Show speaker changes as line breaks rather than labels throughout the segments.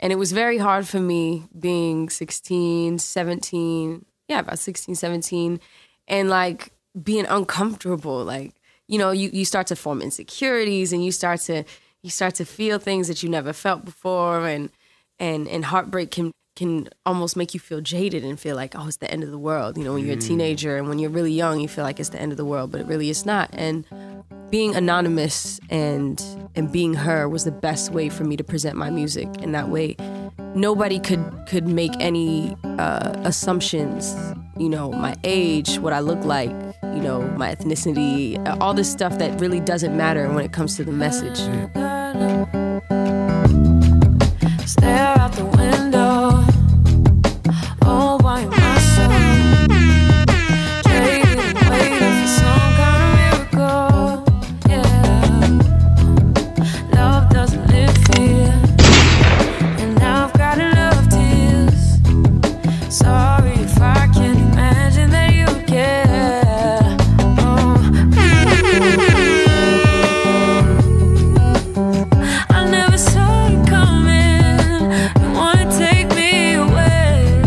And it was very hard for me being 16, 17, yeah, about 16, 17, and like being uncomfortable. Like, you know, you, you start to form insecurities and you start to you start to feel things that you never felt before and and and heartbreak can can almost make you feel jaded and feel like, oh, it's the end of the world. You know, when you're a teenager and when you're really young, you feel like it's the end of the world, but it really is not. And being anonymous and and being her was the best way for me to present my music. And that way, nobody could could make any uh, assumptions. You know, my age, what I look like, you know, my ethnicity, all this stuff that really doesn't matter when it comes to the message.
Stare out the window, Oh, all by myself. Jaded and waiting for some kind of miracle. Yeah, love doesn't live fear, and I've got enough tears. Sorry if I can't imagine that you care. Oh. I never saw it coming. You wanna take me away,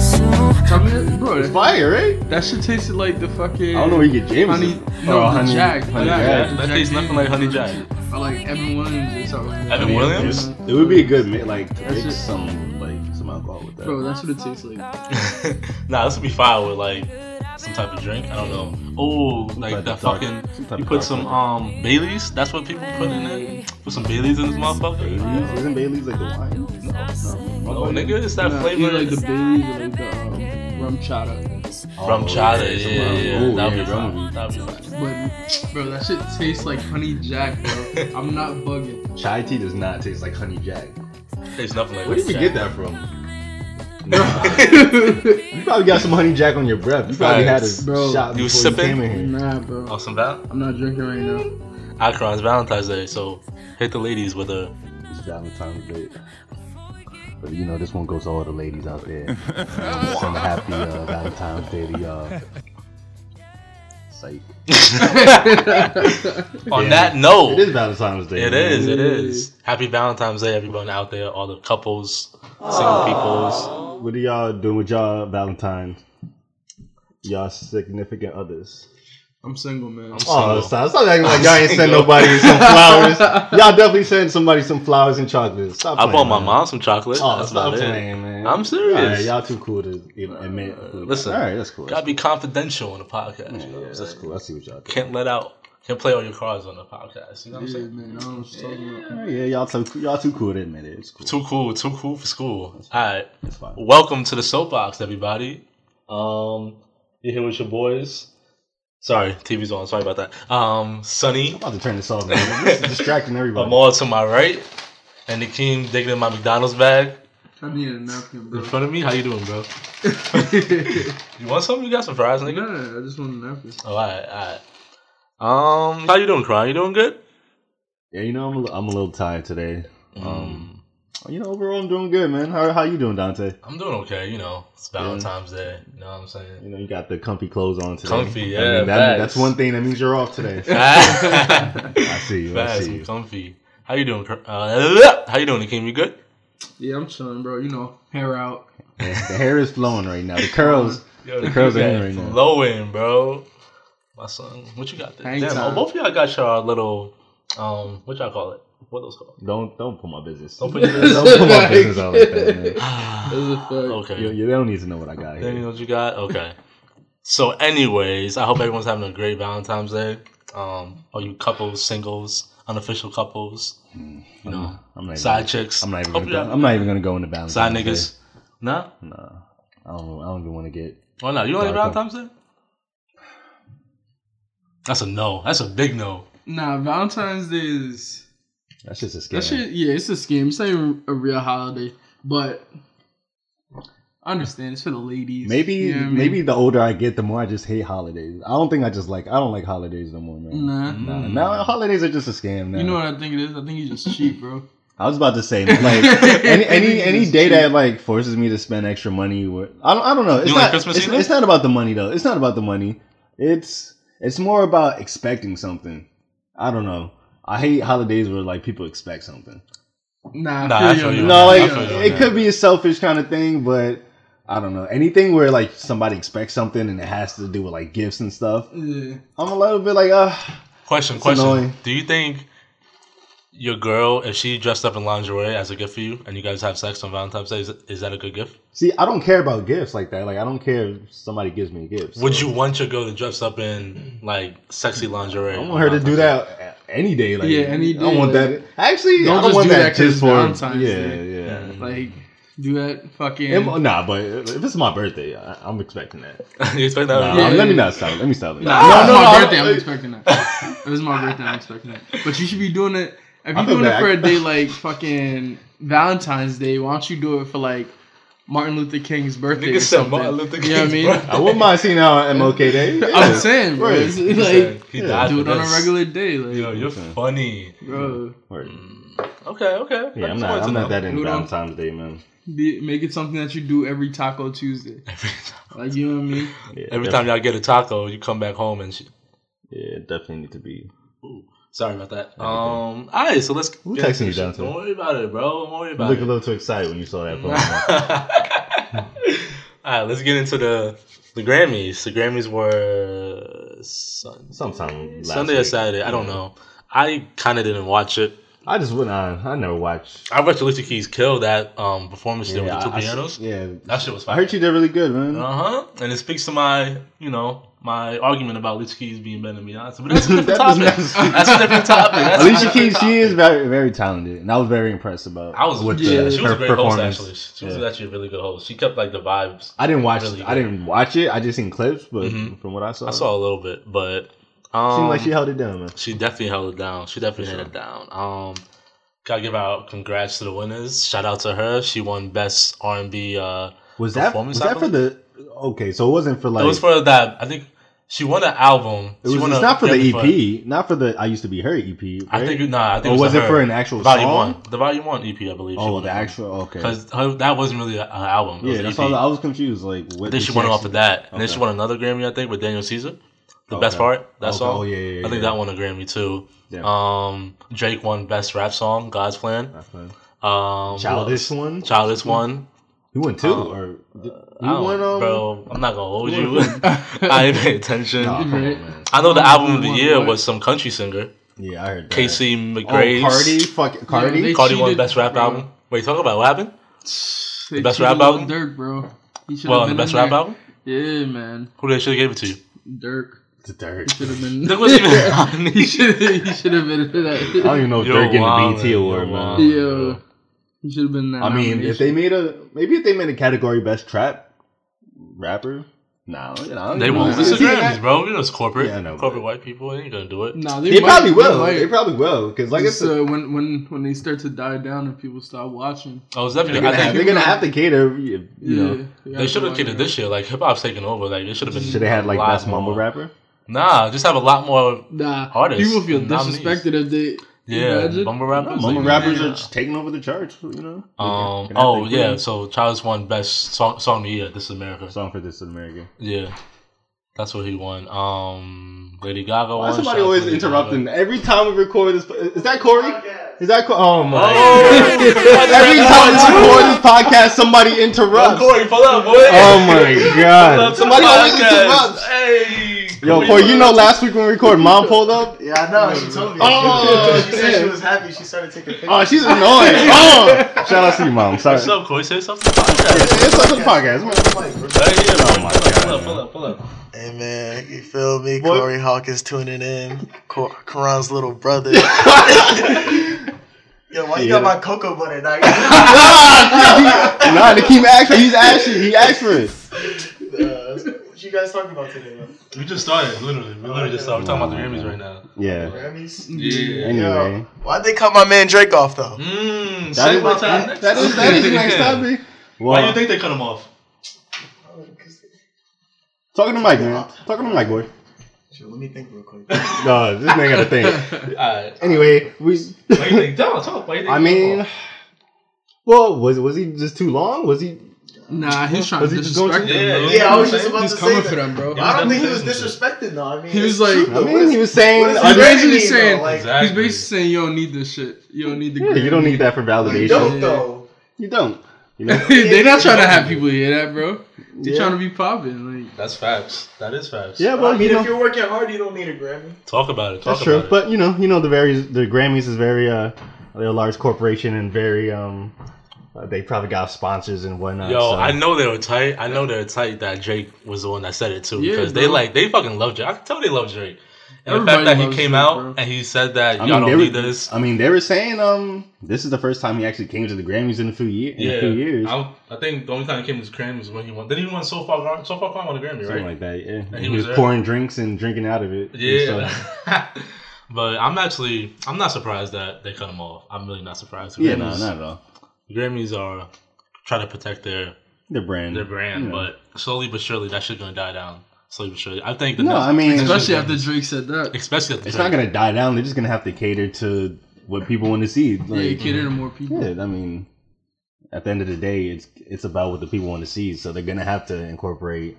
so.
I mean, bro, that-
Fire, right?
that shit tasted like the fucking.
I don't know where you get Jameson.
Honey,
Oh,
no, the
honey-
Jack.
honey
yeah,
Jack.
the
That tastes nothing like Honey Jack.
Or like Evan Williams or something.
Evan Williams?
It would be a good mi- like to
That's
mix
it.
some like some alcohol with that.
Bro, that's what it tastes like.
nah, this would be fire with like some type of drink. I don't know. Oh, like
type
that
of dark-
fucking.
some type
You
of
put
dark
some
liquor.
um Baileys. That's what people put in it. Put some Baileys in this motherfucker.
Bailey's? Isn't Bailey's like the wine? No,
Oh,
no.
nigga, it's that
Nah,
flavor.
either like the Baileys or like the um, rum chata.
rum
Oh, yeah,
chata. Yeah,
yeah,
yeah,
yeah.
yeah.
Ooh,
That'd
Oh, yeah,
be
rum
fire. That'd be fire.
But bro, that shit tastes like honey jack, bro. I'm not bugging.
Chai tea does not taste like honey jack.
Tastes nothing like
Where did you
Jack.
get that from? you probably got some honey jack on your breath. You probably had a
Facts.
Bro,
shot before
you
you
sipping?
came in here.
Nah, bro.
Oh, some Val?
I'm not drinking right now.
Akron's Valentine's Day, so hit the ladies with a.
It's Valentine's Day. But you know, this one goes to all the ladies out there. Some happy uh, Valentine's Day to y'all. Psych.
On
Yeah.
that note,
It is Valentine's Day.
It
man.
is. It is. Happy Valentine's Day, everyone out there, all the couples, single peoples.
What are y'all doing with y'all Valentine's? Y'all significant others.
I'm single, man. I'm
Oh,
Single.
stop, stop acting like y'all ain't send
single.
nobody some flowers. y'all definitely send somebody some flowers and chocolates. Stop
I
playing,
bought my
man.
mom some chocolate.
Oh,
That's
stop
about
playing,
it.
man.
I'm
All right,
serious.
y'all too cool to you know, admit.
listen,
all right, that's cool.
Gotta be confidential on the podcast. you know
Yeah,
what I'm
that's
saying?
cool. I see what y'all do.
Can't let out. Can't play all your cards on the podcast. You know what I'm
Yeah,
saying?
man. I don't know what you're talking about.
All right, yeah, y'all too y'all too cool to admit it. It's cool.
Too cool. Too cool for school. All right.
It's fine.
Welcome to the soapbox, everybody. Um, you here with your boys? Sorry, TV's on. Sorry about that. Um, Sunny,
I'm about to turn this off, man. This is distracting everybody.
Amal to my right, and Nakeem digging in my McDonald's bag.
I need a napkin, bro.
In front of me? How you doing, bro? you want something? You got some fries, nigga?
nah, I just want a napkin.
Oh, alright, alright. Um, how you doing, Cron? You doing good?
yeah, you know, I'm a, li- I'm a little tired today.
Mm.
Um, you know, overall, I'm doing good, man. How how you doing, Dante?
I'm doing okay, you know. It's Valentine's Day. You know what I'm saying?
You know, you got the comfy clothes on today.
Comfy,
I mean,
yeah,
that,
facts.
that's one thing that means you're off today.
Fast
I see you. I see
and
you.
comfy. How you doing, Cron? Uh, how you doing, Akeem? You good?
Yeah, I'm chilling, bro. You know, hair out.
The hair is flowing right now. The curls.
Yo,
The curls
you
are in
got
right now.
Flowing, bro. My son, what you got there?
Hang
Damn,
time.
oh, both of y'all got your little, um, what y'all call it? What those called?
Don't don't put my business.
Don't
Don't
put your
put my business out like that, man.
That's a fact.
Okay.
You, you, they don't need to know what I got
Then you
here.
know what you got? Okay. So, anyways, I hope everyone's having a great Valentine's Day. Um, all you couples, singles, unofficial couples, you know,
I'm not
side
even,
chicks.
I'm not even.
Hope
Gonna,
you
go- I'm not even gonna go into balance.
side niggas. Nah,
Nah, I don't. I don't even want to get.
why not? You don't like
Dark
Valentine's Day? That's a no. That's a big no.
Nah, Valentine's Day is.
That's just a scam.
That shit, yeah, it's a scam. It's not even a real holiday, but I understand it's for the ladies.
Maybe
You know what I mean?
maybe the older I get, the more I just hate holidays. I don't think I just like. I don't like holidays no more, man.
Nah.
Nah, nah, holidays are just a scam now.
You know what I think it is? I think you just cheap, bro.
I was about to say like any any any day that like forces me to spend extra money. With, I don't I don't know. It's
You
not
like Christmas
it's,
either?
it's not about the money though. It's not about the money. It's it's more about expecting something. I don't know. I hate holidays where like people expect something.
Nah,
Nah,
I
I
feel
feel
you.
you.
on
No,
that.
No, like
I feel you on
yeah.
it could be a selfish kind of thing, but I don't know. Anything where like somebody expects something and it has to do with like gifts and stuff.
that. Yeah.
I'm a little bit like, uh,
Question,
It's
question.
annoying.
Do you think your girl, if she dressed up in lingerie as a gift for you, and you guys have sex on Valentine's Day, is, is that a good gift?
see, I don't care about gifts like that. Like I don't care if somebody gives me gifts.
Would you want your girl to dress up in like sexy lingerie?
I
on
want her to do
Valentine's Day?
that any day. Like,
Yeah, any
I don't
day,
want
like-
that. Actually,
Don't
I don't
just
want
do
that
that 'cause
just
it's
for.
Valentine's
yeah,
Day.
yeah.
Like, do that fucking.
It- nah, but if it's my birthday, I, I'm expecting that.
you expect
Nah,
that?
Yeah.
Let me not stop. Let me stop.
Nah, no, no,
no,
my
no,
birthday, I'm
I-
expecting that. it was my birthday, I'm expecting that. But you should be doing it. If
I
you're
feel
doing it for a
bad.
day like fucking Valentine's Day, why don't you do it for like Martin Luther King's birthday
Nigga
or
said
something?
Martin Luther
you know what I
King's
mean?
birthday.
I wouldn't mind seeing how MLK Day.
I'm
yeah.
saying, bro,
Right.
it's-
He
like
said he
yeah,
died
do it
for
on a
this.
regular day, like
Yo, you're funny.
bro,
Right.
Okay, okay.
Yeah, I'm not.
just wanted to
I'm
know.
not that into
Who don't-
Valentine's Day, man.
be, make it something that you do every Taco Tuesday.
Every,
Like you know what I mean?
Yeah,
every
definitely-
time y'all get a taco, you come back home and shit.
Yeah, it definitely need to be.
Sorry about that. Um, all right, so let's.
Who
get
texting
into
you,
shit.
Jonathan?
Don't worry about it, bro. Don't worry
You
about
look
it.
a little too excited when you saw that. Pokemon.
All right, let's get into the the Grammys. The Grammys were Sun-
Sometime last
Sunday or
week.
Saturday. I don't know. I kind of didn't watch it.
I just went on. I never watched.
I watched Alicia Keys kill that um, performance there with the
I-
two
I-
pianos.
yeah,
That shit was
I
fire.
heard you did really good, man.
Uh huh. And it speaks to my, you know, my argument about Alicia Keys being better than Beyonce. But that's a different
That does
topic.
not-
That's a different topic. That's a
Alicia
different
Keys,
topic.
she is very, very talented, and I was very impressed about.
I was
with
yeah,
the,
she was
her
a great host
performance.
actually. She was
Yeah.
actually a really good host. She kept like the vibes.
I didn't watch.
really
I
good.
didn't watch it. I just seen clips, but
Mhm.
from what I saw,
I saw a little bit, but
it
um,
seemed like she held it down, man.
She definitely held it down. She definitely held it down. Um, gotta give out congrats to the winners. Shout out to her. She won best R and B. Uh,
Was that was
performance, I
that for the? Okay, so it wasn't for like.
it was for that. I think she won an album.
It was,
she won
it's
a
not for the
Grammy
EP, not for the I used to be her EP.
I
right?
think nah. I think
or was it
her.
for an actual
volume
song?
one? The volume one EP, I believe.
Oh, the actual okay.
because that wasn't really an album. It
Yeah,
was
that's
an E
why
EP.
I was confused. Like, what
I think
did
she won off
actually-
of that, and then she
Okay.
won another Grammy, I think, with Daniel Caesar. The
Okay.
best part, that
Okay.
song.
Oh, yeah, yeah,
I think
yeah.
that won a Grammy too.
Yeah.
Um, Drake won best rap song, God's Plan.
That's fine.
Um,
Childish
who else?
one?
Childish one.
You won two,
Oh.
or did-
I
you
don't-
won um.
bro, I'm not gonna hold
you
you. I ain't pay attention.
Nah, come on,
Right.
man.
I know the
Who
album of the
won
year
what?
was some country singer,
Yeah, I heard that.
Casey
oh,
McGrace.
Cardi, fuck it, Cardi.
they-
Cardi won
Cheated,
best rap
bro.
album. Wait, talk about what happened?
They
best
cheated
rap
on
album?
Dirk, bro. He should
Well,
have
the
been
best
in
rap
there.
album.
Yeah, man,
Who they should have gave it to you?
Dirk
The Dirk.
should have been.
Dirk wasn't even on
he should he should have been in
I don't
that.
even know if
Yo,
Dirk getting
wildin',
the BT
yo,
award, man.
wildin'.
Yo, he should have been in that.
I mean, if they
nomination.
made a maybe if they made a category best trap rapper, nah, nah
They won't.
know.
It's the
Yeah.
Grammys, bro. You know it's corporate.
Yeah, I know,
corporate
but-
white people they ain't gonna do it.
nah, they,
They
might-
probably will.
might.
They probably will because like I
It's,
said,
uh, when when when they start to die down and people stop watching.
Oh, it's
they're
definitely.
gonna,
I
have,
think
they're gonna have to cater. if- You know,
they should have kidded this year. Like hip hop's taken over. Like they should have been.
should they have like
a lot
best mumble
more-
rapper?
Nah, just have a lot more.
Nah,
Artists
people feel
and nominees.
disrespected if they.
Yeah,
Imagine.
mumble rappers.
No, mumble
like-
rappers
Yeah.
are just taking over the charts. You know.
Um.
They're gonna have
Oh
to
yeah.
include
So Childish won best song song of the year. This is America.
Song for this is America.
Yeah, that's what he won. Um, Lady Gaga
Why
won.
is somebody
Shout out
always
to Lady
interrupting
Gaga.
every time we record this? Is that Corey? Is that Corey? Oh my!
Oh,
Every time we record this podcast, somebody interrupts.
Corey, pull up, boy.
Oh my god!
That's a
Somebody always
podcast.
interrupts.
Hey,
Yo,
Corey,
Corey, you know last week when we recorded, mom pulled up.
Yeah, I know. She told me.
Oh,
she said she
shit.
was happy. She started taking pictures.
Oh, she's annoying. oh, shout out to you, mom. Sorry.
What's up, Corey? Say something. Podcast.
It's such a podcast.
Right here, oh
my
Pull up, pull up, pull up.
Hey man, you feel me?
What?
Corey Hawkins tuning in. Cor- Karan's little brother. Yo, why you
Yeah.
got my cocoa butter? Now? nah,
nah, they keep asking. He's asking. He asked for it.
what you guys talking about today, man?
We just started, literally. We literally just started. We're talking about the Grammys right now.
Yeah.
Grammys?
Yeah.
Anyway,
Why'd they cut my man Drake off though?
Mmm.
that is,
Segway time.
that, that is that is next topic.
Why do
Well,
you think they cut him off?
talking to Mike, man. Talking to Mike, boy.
Shit, let me think real quick.
No, this nigga got a thing.
Alright.
Anyway, we.
Why you think? Don't talk. Why you think?
I
they cut him
mean,
off?
well, was was he just too long? Was he?
Nah, he's trying to
Does he just go
disrespect
to-
them,
Yeah,
bro.
yeah, I was
He's
just about to say
coming
that.
for them, bro.
Yeah.
He's
I don't think he was
Definitely.
disrespected though. I mean,
He was
it's
like-
true,
I
though.
mean, he was
What
saying.
does that
He's basically
mean, though?
saying-
Like,
Exactly.
basically saying you don't need this shit. You don't need the.
Yeah, you don't need that for
you
validation.
don't though.
You don't. You know.
They're not trying to have people hear that, bro. They're
Yeah.
trying to be popping. Like,
That's facts. That is facts.
Yeah,
I
well,
mean,
you know,
if you're working hard, you don't need a Grammy.
Talk about it. Talk
that's true.
about it.
But you know, you know, the very the Grammys is very uh, they're a large corporation and very um, uh, they probably got sponsors and whatnot.
Yo,
so.
I know they were tight. I know they were tight that Drake was the one that said it too.
Yeah,
because they
bro.
like they fucking love Drake. I can tell they love Drake. And
Everybody
the fact that he
loves
came
Drake,
out
bro.
and he said that
I
y'all
mean,
don't need
they were,
this.
I mean, they were saying um, this is the first time he actually came to the Grammys in a few years. In a few years,
I, I think the only time he came to the Grammy was when he won. Didn't he won So Far Gone? So Far Gone won a Grammy,
something
right?
like that. Yeah,
And
And
he
he,
was
was,
there.
pouring drinks and drinking out of it. and
yeah.
stuff.
but I'm actually I'm not surprised that they cut him off. I'm really not surprised.
yeah, no,
Grammys-
not at all.
Grammys are trying to protect their
Their brand,
their brand,
you know.
but slowly but surely that shit gonna die down. Slowly but surely, I think. The
No,
next-
I mean-
especially after Drake said that,
especially after
it's
Drake.
not gonna die down. They're just gonna have to cater to what people want to see.
yeah, you
Like,
cater to more people.
Yeah, I mean, at the end of the day, it's it's about what the people want to see. So they're gonna have to incorporate,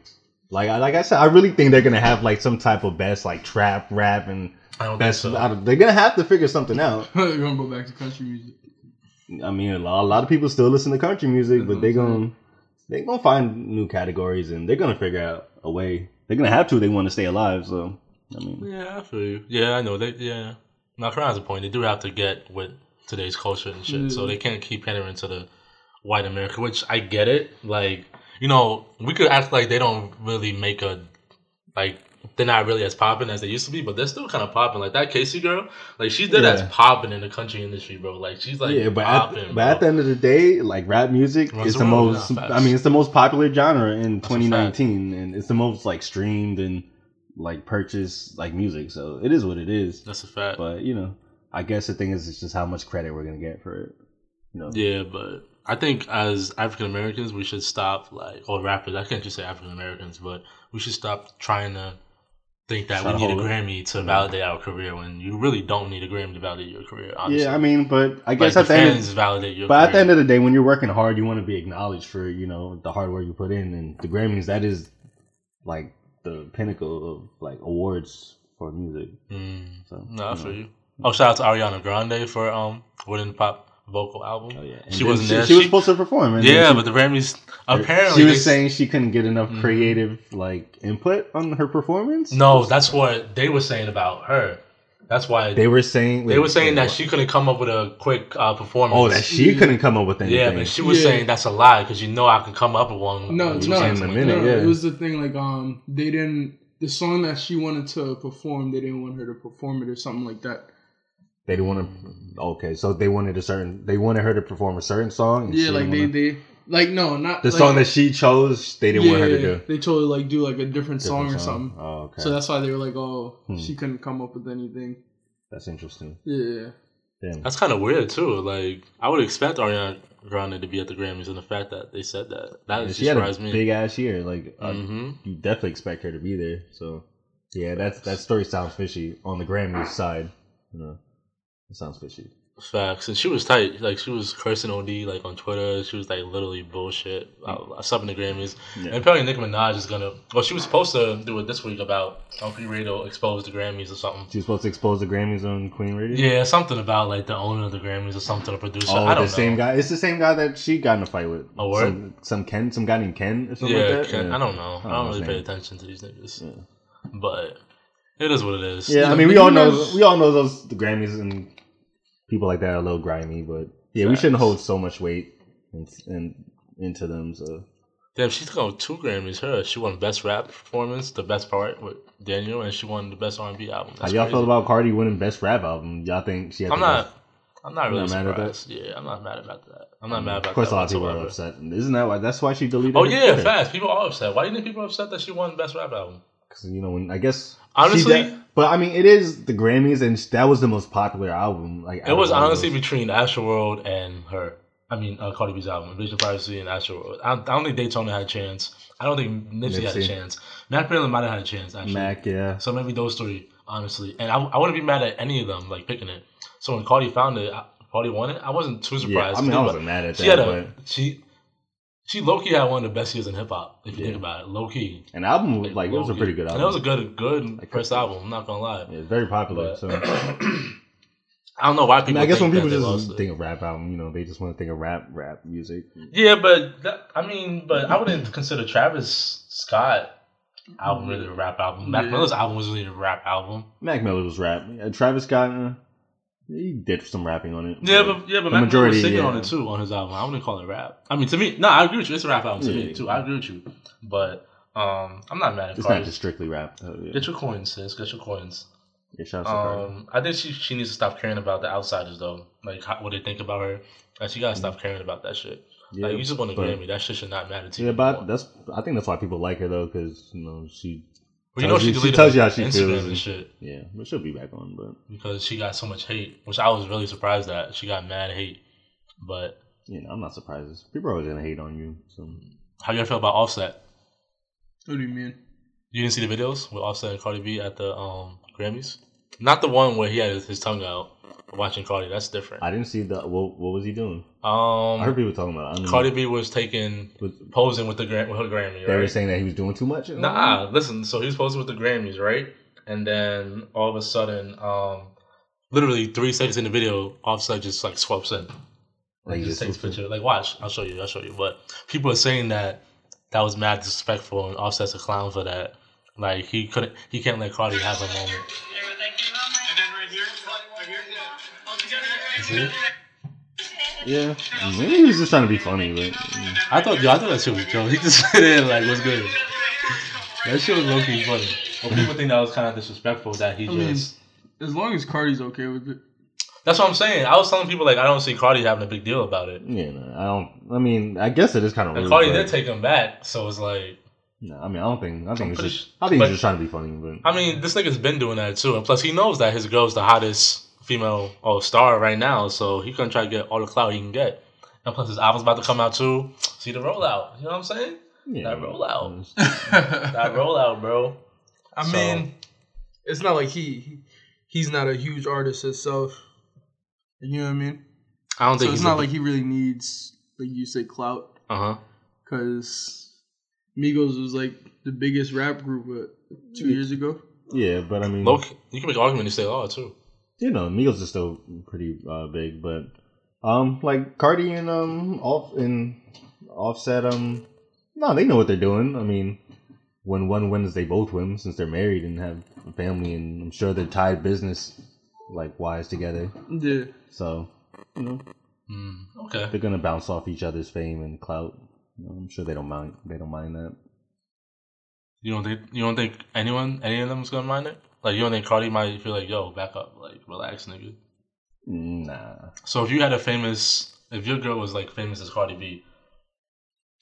like I- like I said, I really think they're gonna have like some type of best like trap rap and
I don't think
best.
so.
I don't- they're gonna have to figure something out.
We're gonna go back to country music.
I mean, a lot, a lot of people still listen to country music,
That's
but
what
they're
I'm saying.
gonna they're gonna find new categories and they're gonna figure out a way. They're gonna have to. if They want to stay alive. So I mean,
Yeah, I feel you. Yeah, I know. They yeah. Now Karan's a point. They do have to get with today's culture and shit. So
Mhm.
Mm.
they can't keep pandering to the white America, which I get it. Like, you know, we could act like they don't really make a like they're not really as popping as they used to be, but they're still kind of popping. Like that Casey girl, like she's dead as
Yeah.
popping in the country industry, bro. Like she's like
yeah, but
popping.
at, but at the end of the day, like rap music
Runs
is the
the world,
most.
yeah.
I mean, it's the most popular genre in
That's a fact.
2019, and it's the most like streamed and like purchased like music. So it is what it is.
that's a fact.
But you know, I guess the thing is, it's just how much credit we're gonna get for it. You know,
Yeah, but I think as African Americans, we should stop like or rappers. I can't just say African Americans, but we should stop trying to think that
Try to
we need a
hold it.
Grammy to validate our career when you really don't need a Grammy to validate your career. Honestly.
yeah. I mean, but I
like,
guess
the
at the end.
fans validate your.
But at the
career.
end of the day, when you're working hard, you want to be acknowledged for you know the hard work you put in, and the Grammys that is like the pinnacle of like awards for music.
Mm,
So
no, I
you know.
feel you. Oh, shout out to Ariana Grande for um Wooden Pop vocal album.
Oh, yeah. And
she
then
wasn't there.
She, was supposed to perform. And then
yeah,
she-
but the Grammys
her-
apparently
she
they-
was saying she couldn't get enough
Mhm.
creative like input on her performance.
no. That's what they were saying about her. That's why
they were saying
they were saying that
She,
she couldn't come up with a quick uh, performance.
oh, that she couldn't come up with anything.
Yeah, but she was
Yeah.
saying that's a lie because you know I can come up with one.
No,
with
no,
two
no,
in
sentences
a
like
minute.
that.
no,
yeah.
it was the thing. Like, um, they didn't the song that she wanted to perform. They didn't want her to perform it or something like that.
they didn't want to. Okay, so they wanted a certain. They wanted her to perform a certain song. and
Yeah,
she
like
didn't
they,
wanna-
they, like no, not
the
like,
song that she chose. They didn't want her to do.
They told her like do like a different, song, or
Different
something.
Oh, okay.
So that's why they were like, oh,
Hmm.
she couldn't come up with anything.
that's interesting.
Yeah,
Damn.
That's kind of weird too. Like I would expect Ariana Grande to be at the Grammys, and the fact that they said that that
Yeah,
just
she had a
surprised me.
big ass year. Like uh,
hmm
you definitely expect her to be there. So yeah, that's that story sounds fishy on the Grammys side. You know, it sounds fishy.
Facts, and she was tight. Like she was cursing OD like on Twitter. She was like literally bullshit. Uh, something the Grammys,
Mm. Yeah.
and apparently Nicki Minaj is gonna. Well, she was supposed to do it this week about on Free Radio expose the Grammys or something.
She was supposed to expose the Grammys on Queen Radio.
Yeah, something about like the owner of the Grammys or something, the producer.
Oh,
I don't
the
know.
same guy. It's the same guy that she got in a fight with.
Oh, word?
Some, some Ken, some guy named Ken or something
yeah,
like that.
Ken- I don't know. I don't,
I don't know
really
his
pay
name.
attention to these niggas.
Yeah.
But it is what it is.
Yeah,
Yeah,
I mean, we
Nicki
all know
Minaj-
we all know those the Grammys and people like that are a little grimy, but yeah, we shouldn't
Facts.
hold so much weight and, and into them. So
Damn, she's got two Grammys. Her, she won Best Rap Performance, the best part with Daniel, and she won the Best R and B album.
how
That's
y'all
crazy.
feel about Cardi winning Best Rap Album? Y'all think she? Had
I'm
the best-
not. I'm not
You're
really
not mad at that?
surprised. Yeah, I'm not mad about that. I'm not mad about
Of course,
that
a lot of people are
whatsoever.
upset. Isn't that why? That's why she deleted.
Oh
her
yeah,
Twitter.
fast. People are upset. Why do you think people are upset that she won Best Rap Album?
'Cause, you know, when I guess she
Honestly-
de- but I mean, it is the Grammys, and that was the most popular album. Like out
It
of
was
all
honestly
those.
between Astroworld and her. I mean, uh, Cardi B's album, Invasion of Privacy and Astroworld. I, I don't think Daytona had a chance. I don't think Nipsey, had a
Nipsey.
chance. Mac Miller might have had a chance actually.
Mac. Yeah,
So maybe those three, honestly. And I, I wouldn't be mad at any of them, like picking it. So when Cardi found it, I, Cardi won it, I wasn't too
yeah.
surprised.
I mean, I
But
wasn't mad at
she had
that,
a
but
she She low key had one of the best years in hip hop. If you think about it, low key.
And the album was like it was a
Low-key.
pretty good album.
And it was a good, good
Like,
first album. I'm not gonna lie.
Yeah, it's very popular.
But-
So I,
I don't know why people.
mean, I guess when
think
people
that they
just
lost it.
think of rap album, you know, they just want to think of rap rap music.
Yeah, but that, I mean, but I wouldn't consider Travis Scott album really a rap album. Mac
Yeah.
Miller's album was really a rap album.
Mac Miller was rap. Uh, Travis Scott, uh, he did some rapping on it.
Yeah, but yeah,
The
but Mac Miller
majority,
was singing
yeah.
on it too on his album. I wouldn't call it rap. I mean, to me, no, I agree with you. It's a rap album to
Yeah.
me too. I agree with you, but um, I'm not mad at
it's not
Cardi.
just strictly rap. though, yeah.
Get your coins, sis. Get your coins.
Yeah, shout out to Cardi.
Um, I think she she needs to stop caring about the outsiders though. Like how, what they think about her. Like she gotta stop caring about that shit.
Yeah,
like you just want to
but-
Grammy. That shit should not matter to you.
Yeah, but
anymore.
that's I think that's why people like her though, because you know she
But you know
tells
she
you- she
deleted
tells you how she
Instagram
feels
and
and-
shit.
yeah, but she'll be back on. But
because she got so much hate, which I was really surprised at. She got mad hate. But
you know, I'm not surprised. People are always gonna hate on you. So
how you all feel about Offset?
What do you mean?
You didn't see the videos with Offset and Cardi B at the um, Grammys? Not the one where he had his, his tongue out watching Cardi. That's different.
I didn't see the what, what was he doing. I heard
Um,
people talking about. It. I mean,
Cardi B was taking
was-
posing with the gram- with her Grammy.
they were
Right?
saying that he was doing too much. and all that.
Nah, listen. So he was posing with the Grammys, right? And then all of a sudden, um, literally three seconds in the video, Offset just like swaps in.
like
Like just takes
this. was-
picture. Like watch, I'll show you. I'll show you. But people are saying that that was mad disrespectful and Offset's a clown for that. Like he couldn't, he can't let Cardi have her moment.
Yeah, maybe he was just trying to be funny, but yeah.
I thought, yo, I thought that shit was dope. He just sit in like, "What's good?" That shit was low key funny. But people think that was kind of disrespectful that he
Mm-hmm. I
just.
mean- As long as Cardi's okay with it.
that's what I'm saying. I was telling people like I don't see Cardi having a big deal about it.
yeah, no, I don't. I mean, I guess it is kind of.
And
rude,
Cardi
but-
did take him back, so it's like,
No, I mean, I don't think. I think it's
pretty
just.
su-
I think
but-
he's just trying to be funny, but
I mean, this nigga's been doing that too, and plus he knows that his girl's the hottest female or star right now, so he gonna try to get all the clout he can get. And plus his album's about to come out too. See the rollout, you know what I'm saying?
yeah,
that rollout.
it's-
That
I
rollout, bro. So-
mean, it's not like he, he he's not a huge artist himself. You know what I mean?
I don't think
So it's
he's
not like he really needs, like you say, clout.
uh huh.
Because Migos was like the biggest rap group what, two years ago.
Yeah, but I mean,
Low, key- you can make an argument to say oh too.
you know, Migos is still pretty uh, big, but um, like Cardi and um, off and Offset, um, no, they know what they're doing. I mean, when one wins, they both win since they're married and have a family, and I'm sure they're tied business like wise together.
Yeah.
So you know,
Mm, okay.
they're gonna bounce off each other's fame and clout. You know, I'm sure they don't mind. They don't mind that.
You don't think you don't think anyone any of them's gonna mind it? Like you don't think Cardi might feel like yo back up, like relax, nigga.
Nah,
So if you had a famous, if your girl was like famous as Cardi B,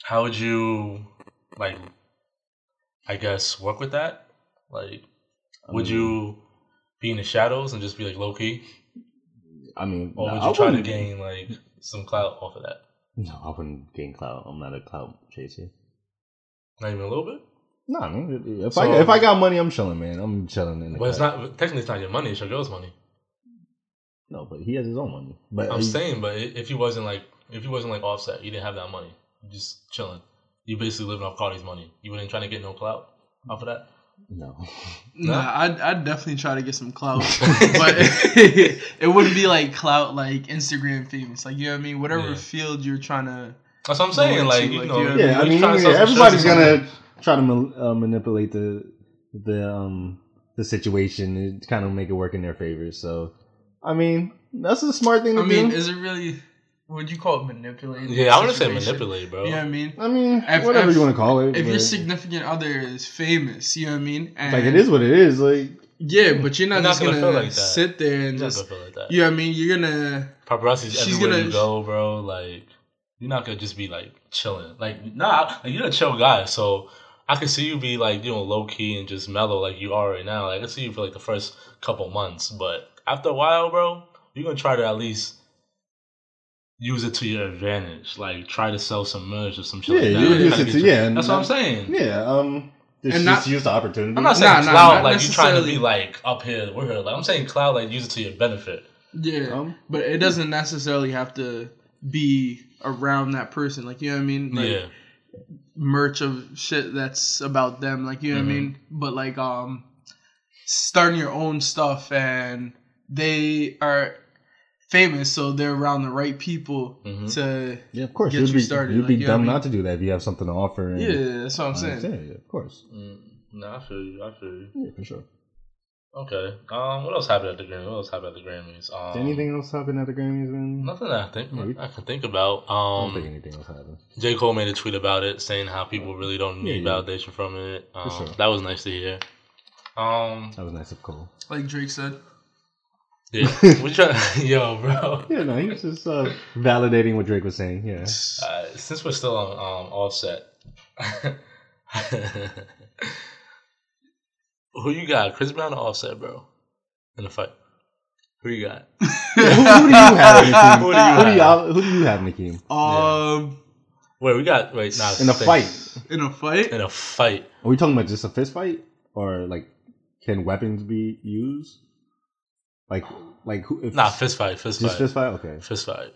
how would you like? I guess work with that. Like,
I
would
mean-
you be in the shadows and just be like low key,
I mean,
or
nah,
would
I
you try to
wouldn't-
gain like some clout off of that?
No, I wouldn't gain clout. I'm not a clout chaser.
Not even a little bit.
No, nah, man. If
So-
I if I got money, I'm chilling, man. I'm chilling in the.
But it's
cut.
not technically it's not your money; it's your girl's money.
No, but he has his own money. But
I'm
he-
saying, but i- if you wasn't like, if you wasn't like Offset, you didn't have that money. You just chilling. You basically living off Cardi's money. You wouldn't trying to get no clout off of that.
no.
Nah, I'd, I'd definitely try to get some clout, but it wouldn't be like clout like Instagram famous. Like you know what I mean? Whatever
Yeah.
field you're trying to.
That's what I'm saying.
Loyalty,
like, you
like,
know,
yeah.
Yeah, I
you
mean,
trying to sell
yeah,
some
everybody's
shirts or
gonna try to ma- uh, manipulate the the um the situation to kind of make it work in their favor. So, I mean, that's a smart thing to
I mean,
do.
is it really? Would you call it manipulating?
something. Yeah, I wouldn't say
situation?
manipulate, bro.
You know what I mean?
I mean,
if-
whatever
if-
you want to call it.
If your
but-
significant other is famous, you know what I mean? And
like, it is what it is. Like,
Yeah, but you're not,
You're not
just
gonna
gonna,
feel like that.
sit there and
I'm not
just.
gonna feel like that.
You know what I mean? You're gonna.
Paparazzi's
She's
everywhere
gonna-
you go, bro. Like, you're not gonna just be like chilling. Like, nah, like, you're a chill guy, so I can see you be like, you know, low key and just mellow like you are right now. Like, I can see you for like the first couple months, but after a while, bro, you're gonna try to at least use it to your advantage. Like, try to sell some merch or some shit.
Yeah,
like that.
you
Like,
use
try
it
get
to-
your-
yeah, and
That's what I'm
not-
saying.
yeah, um, just,
And not-
just use the opportunity.
I'm not saying
Nah, nah,
cloud
not
like you trying to
necessarily.
be like up here, we're here. Like I'm saying cloud like use it to your benefit.
Yeah,
Um,
but it doesn't necessarily have to be around that person. Like you know what I mean? Like,
yeah.
merch of shit that's about them, like you know
Mhm.
what I mean?
Mm-hmm.
But like um starting your own stuff and they are famous so they're around the right people
Mm-hmm.
Mhm.
to
Yeah, of course.
Get
You'd
you
be,
started,
you'd
like,
be
you know
dumb
what I
not to do that if you have something to offer. and-
Yeah, that's what I'm
I
saying.
understand, yeah, of course.
Mm, no, I feel you. I feel you.
Yeah, for sure.
Okay. Um, what else happened at the Grammys? What else happened at the Grammys? Um,
Did anything else happen at the Grammys, man?
Nothing that I think
No, we-
I can think about.
I don't think
Um,
anything else happened.
J Cole made a tweet about it, saying how people really don't need
Yeah, yeah.
validation from it. Um,
sure.
That was nice to hear. Um,
That was nice of Cole.
Like Drake said.
yeah, we try. yo, bro.
Yeah, no, he was just uh, validating what Drake was saying. Yeah.
Uh, since we're still on um, offset, who you got, Chris Brown or Offset, bro, in the fight? Who you got?
who, who do you have, Nakeem?
Who
Who
do you
do
have?
you, who do you have, Nakeem?
Um
Wait, we got wait. Nah,
In a
think.
fight.
in a fight?
In a fight.
Are we talking about just a fist fight? Or, like, can weapons be used? Like, like who? If
Nah, fist fight. Fist
Just
fight.
fist fight? Okay.
Fist fight.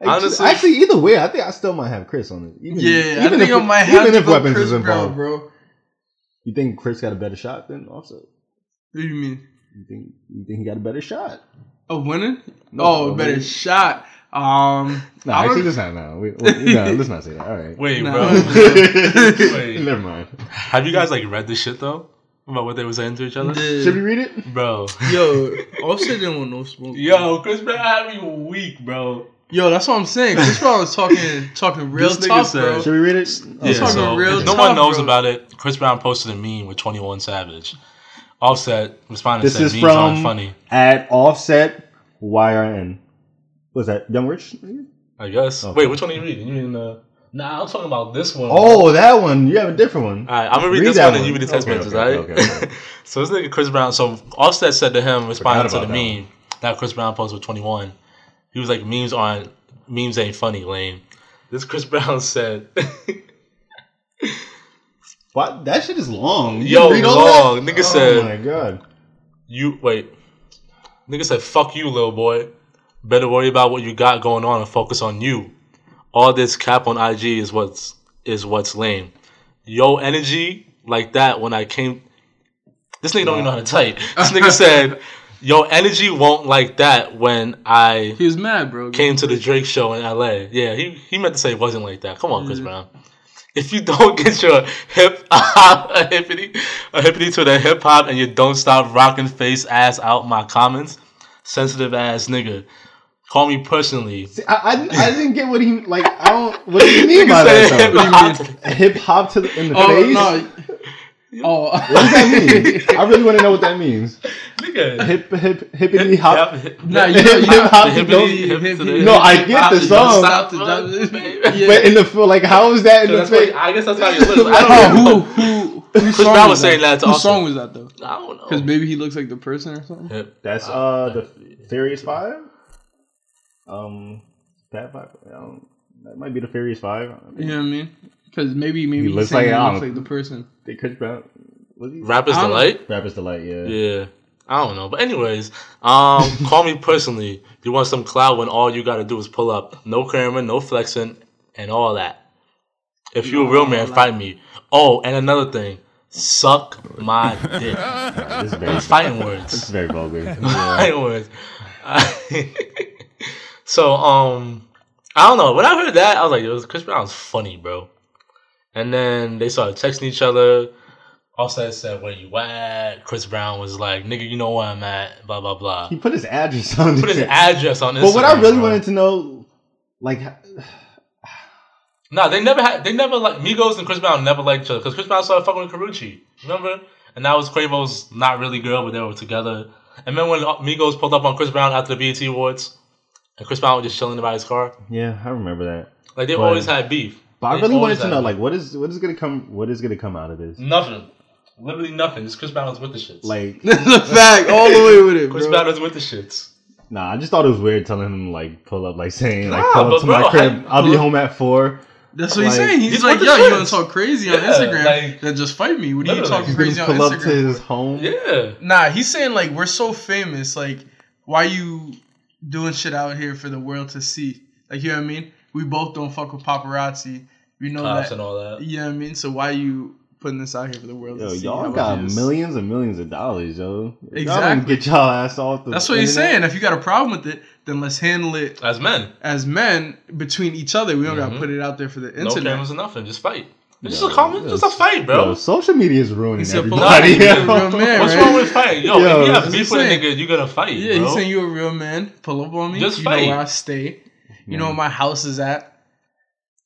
Actually,
Honestly-
actually, either way, I think I still might have Chris on it. Even,
yeah, I think
if,
I might have
even
to
if
go
weapons
Chris
is involved.
Brown, bro.
You think Chris got a better shot than Offset?
What do you mean?
You think you think he got a better shot?
A winner?
No,
oh,
a
a better
winner.
shot. Um
No,
I
actually,
would-
let's not. No, we, we- no, let's not say that. All right.
Wait,
Nah.
bro. Wait.
Never mind.
Have you guys like read this shit though about what they were saying to each other,
Should we
Yeah.
read it?
bro?
Yo, Offset didn't want no smoke.
Yo, Chris Brown had me weak, bro.
Yo, that's what I'm saying. Chris Brown was talking talking real
This nigga
tough,
said-
bro.
Should we read it?
Yeah,
Okay.
talking
so
real
if no
tough,
one knows
bro.
about it. Chris Brown posted a meme with Twenty One Savage. Offset responded
This
said,
is
"Memes aren't
from-
funny."
At offset YRN. Was that Young Rich?
I guess.
Okay.
Wait, which one are you reading? You reading uh? Nah, I'm talking about this one.
Oh, that one. You have a different one.
All right, I'm gonna read,
Read
this
that
one, and
one.
you read the text
Okay,
messages,
okay,
all right?
okay,
so this nigga Chris Brown. So Offset said to him, responding to the
about that
meme that Chris Brown posted with 21. He was like, "Memes aren't memes ain't funny, lame." This Chris Brown said,
What? That shit is long. You
"Yo,
can read all
long
that?
nigga
Oh
said
my god.
you wait." Nigga said, "Fuck you, little boy. Better worry about what you got going on and focus on you. All this cap on IG is what's is what's lame. Yo, energy like that when I came." This nigga don't even know how to type. This nigga said, "Yo, energy won't like that when I
He was mad, bro.
came to the Drake show in LA. Yeah, he, he meant to say it wasn't like that. Come on, Chris Brown. If you don't get your hip hop a hippity a hippity to the hip hop and you don't stop rocking face ass out my comments, sensitive ass nigga. Call me personally.
See, I, I, I didn't get what he like. I don't. What do you mean by
Say
that?
hip
Though?
hop.
Hip hop to the, in the
Oh
face.
no. Oh,
What does that mean? I really want to know what that means.
Nigga.
Hip hip hippity hop.
Yep, hip-
no, you,
Hip
you
hop.
hippity-
don't-
hip to the-
No, I get the song.
Stop the
Stop the-
yeah.
But in the feel, like, how is that in
So
the
that's what-
face?
I guess that's how you look. I
Oh,
don't know.
who who who
Chris Brown was saying that to
Whose
Offset.
song was that though?
I don't know.
Because maybe he looks like the person or something.
Hip-
That's uh the Furious Five. Um, that five, um, that might be the Furious Five. I
You
mean,
know what I mean? Because maybe maybe he
looks
saying
like-
he
I
looks
don't-
like the person.
They Chris Brown. Was he?
Rappers
I don't-
delight.
Rapper's delight. Yeah.
Yeah. I don't know. But anyways, um, call me personally. You want some clout when all you gotta do is pull up. No camera, no flexing, and all that. If you a real man, fight me. Oh, and another thing. Suck my dick.
This is very,
Fighting words.
it's very vulgar.
Fighting words. so, um, I don't know. When I heard that, I was like, yo, Chris Brown's funny, bro. And then they started texting each other. Offset said, where you at? Chris Brown was like, nigga, you know where I'm at, blah, blah, blah.
He put his address on.
Put his
there.
address on Instagram.
But what I really
bro.
wanted to know, like, h-
Nah, they never had. They never like Migos and Chris Brown never liked each other because Chris Brown started fucking with Karuchi. Remember? And that was Quavo's not really girl, but they were together. And remember when Migos pulled up on Chris Brown after the BET Awards, and Chris Brown was just chilling by his car.
yeah, I remember that.
Like they
Right.
always had beef.
But I
They
really wanted
always
to
had
know,
beef.
like, what is what is gonna come? What is gonna come out of this?
nothing, literally nothing. Just Chris Brown was with the shits.
Like,
That's a fact, all the way with it,
Chris
bro.
Brown was with the shits.
Nah, I just thought it was weird telling him like pull up, like saying like
Nah,
pull
but
up to
bro,
my crib.
I-
I, will be home at four.
That's what he's
Like,
saying. He's,
he's
like,
with
yo,
the
you
shits.
want to talk crazy on
Yeah,
Instagram?
like-
then just fight me. What are you
Literally.
talking
He's gonna
crazy on
pull up to
Instagram?
his home.
Yeah,
Nah, he's saying like we're so famous. Like, why you doing shit out here for the world to see? Like you know what I mean? We both don't fuck with paparazzi. We know
cops
that.
and all that.
You know what I mean? So why you putting this out here for the world?
Yo,
to see
y'all
how
got
it is?
millions and millions of dollars, yo. Y'all didn't
Exactly.
get y'all ass off the.
That's what he's
internet.
saying. If you got a problem with it, then let's handle it
As men,
as men between each other. We don't gotta
Mhm.
put it out there for the
no
internet.
cameras or nothing. Just fight. It's
Yo,
just a comment.
yo,
Just a fight, bro.
Yo, social media is ruining
He's a
everybody.
Pilates, he's
yo.
a real man,
What's
right?
wrong with fight?
Yo,
Yo, if you
that's
have
what
beef
I'm
with a
saying.
nigga, you gotta fight,
yeah,
bro.
he's saying you a real man. Pull up on me.
Just
you
fight.
know where I stay. You know where my house is at.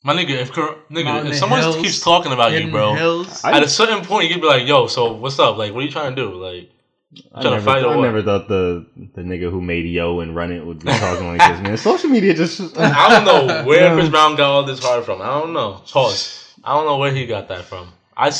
My nigga, if cur- nigga,
Mountain
if someone
hills,
keeps talking about
Hidden
you, bro,
Hills.
I-
at a certain point you'd be like, "Yo, so what's up? Like, what are you trying to do? Like,
I
Tryna
never,
fight or
I
what?
never thought the the nigga who made Yo and Run It would be talking like this, man. Social media just
I don't know where
Yeah.
Chris Brown got all this hard from. I don't know. Pause. I don't know where he got that from. I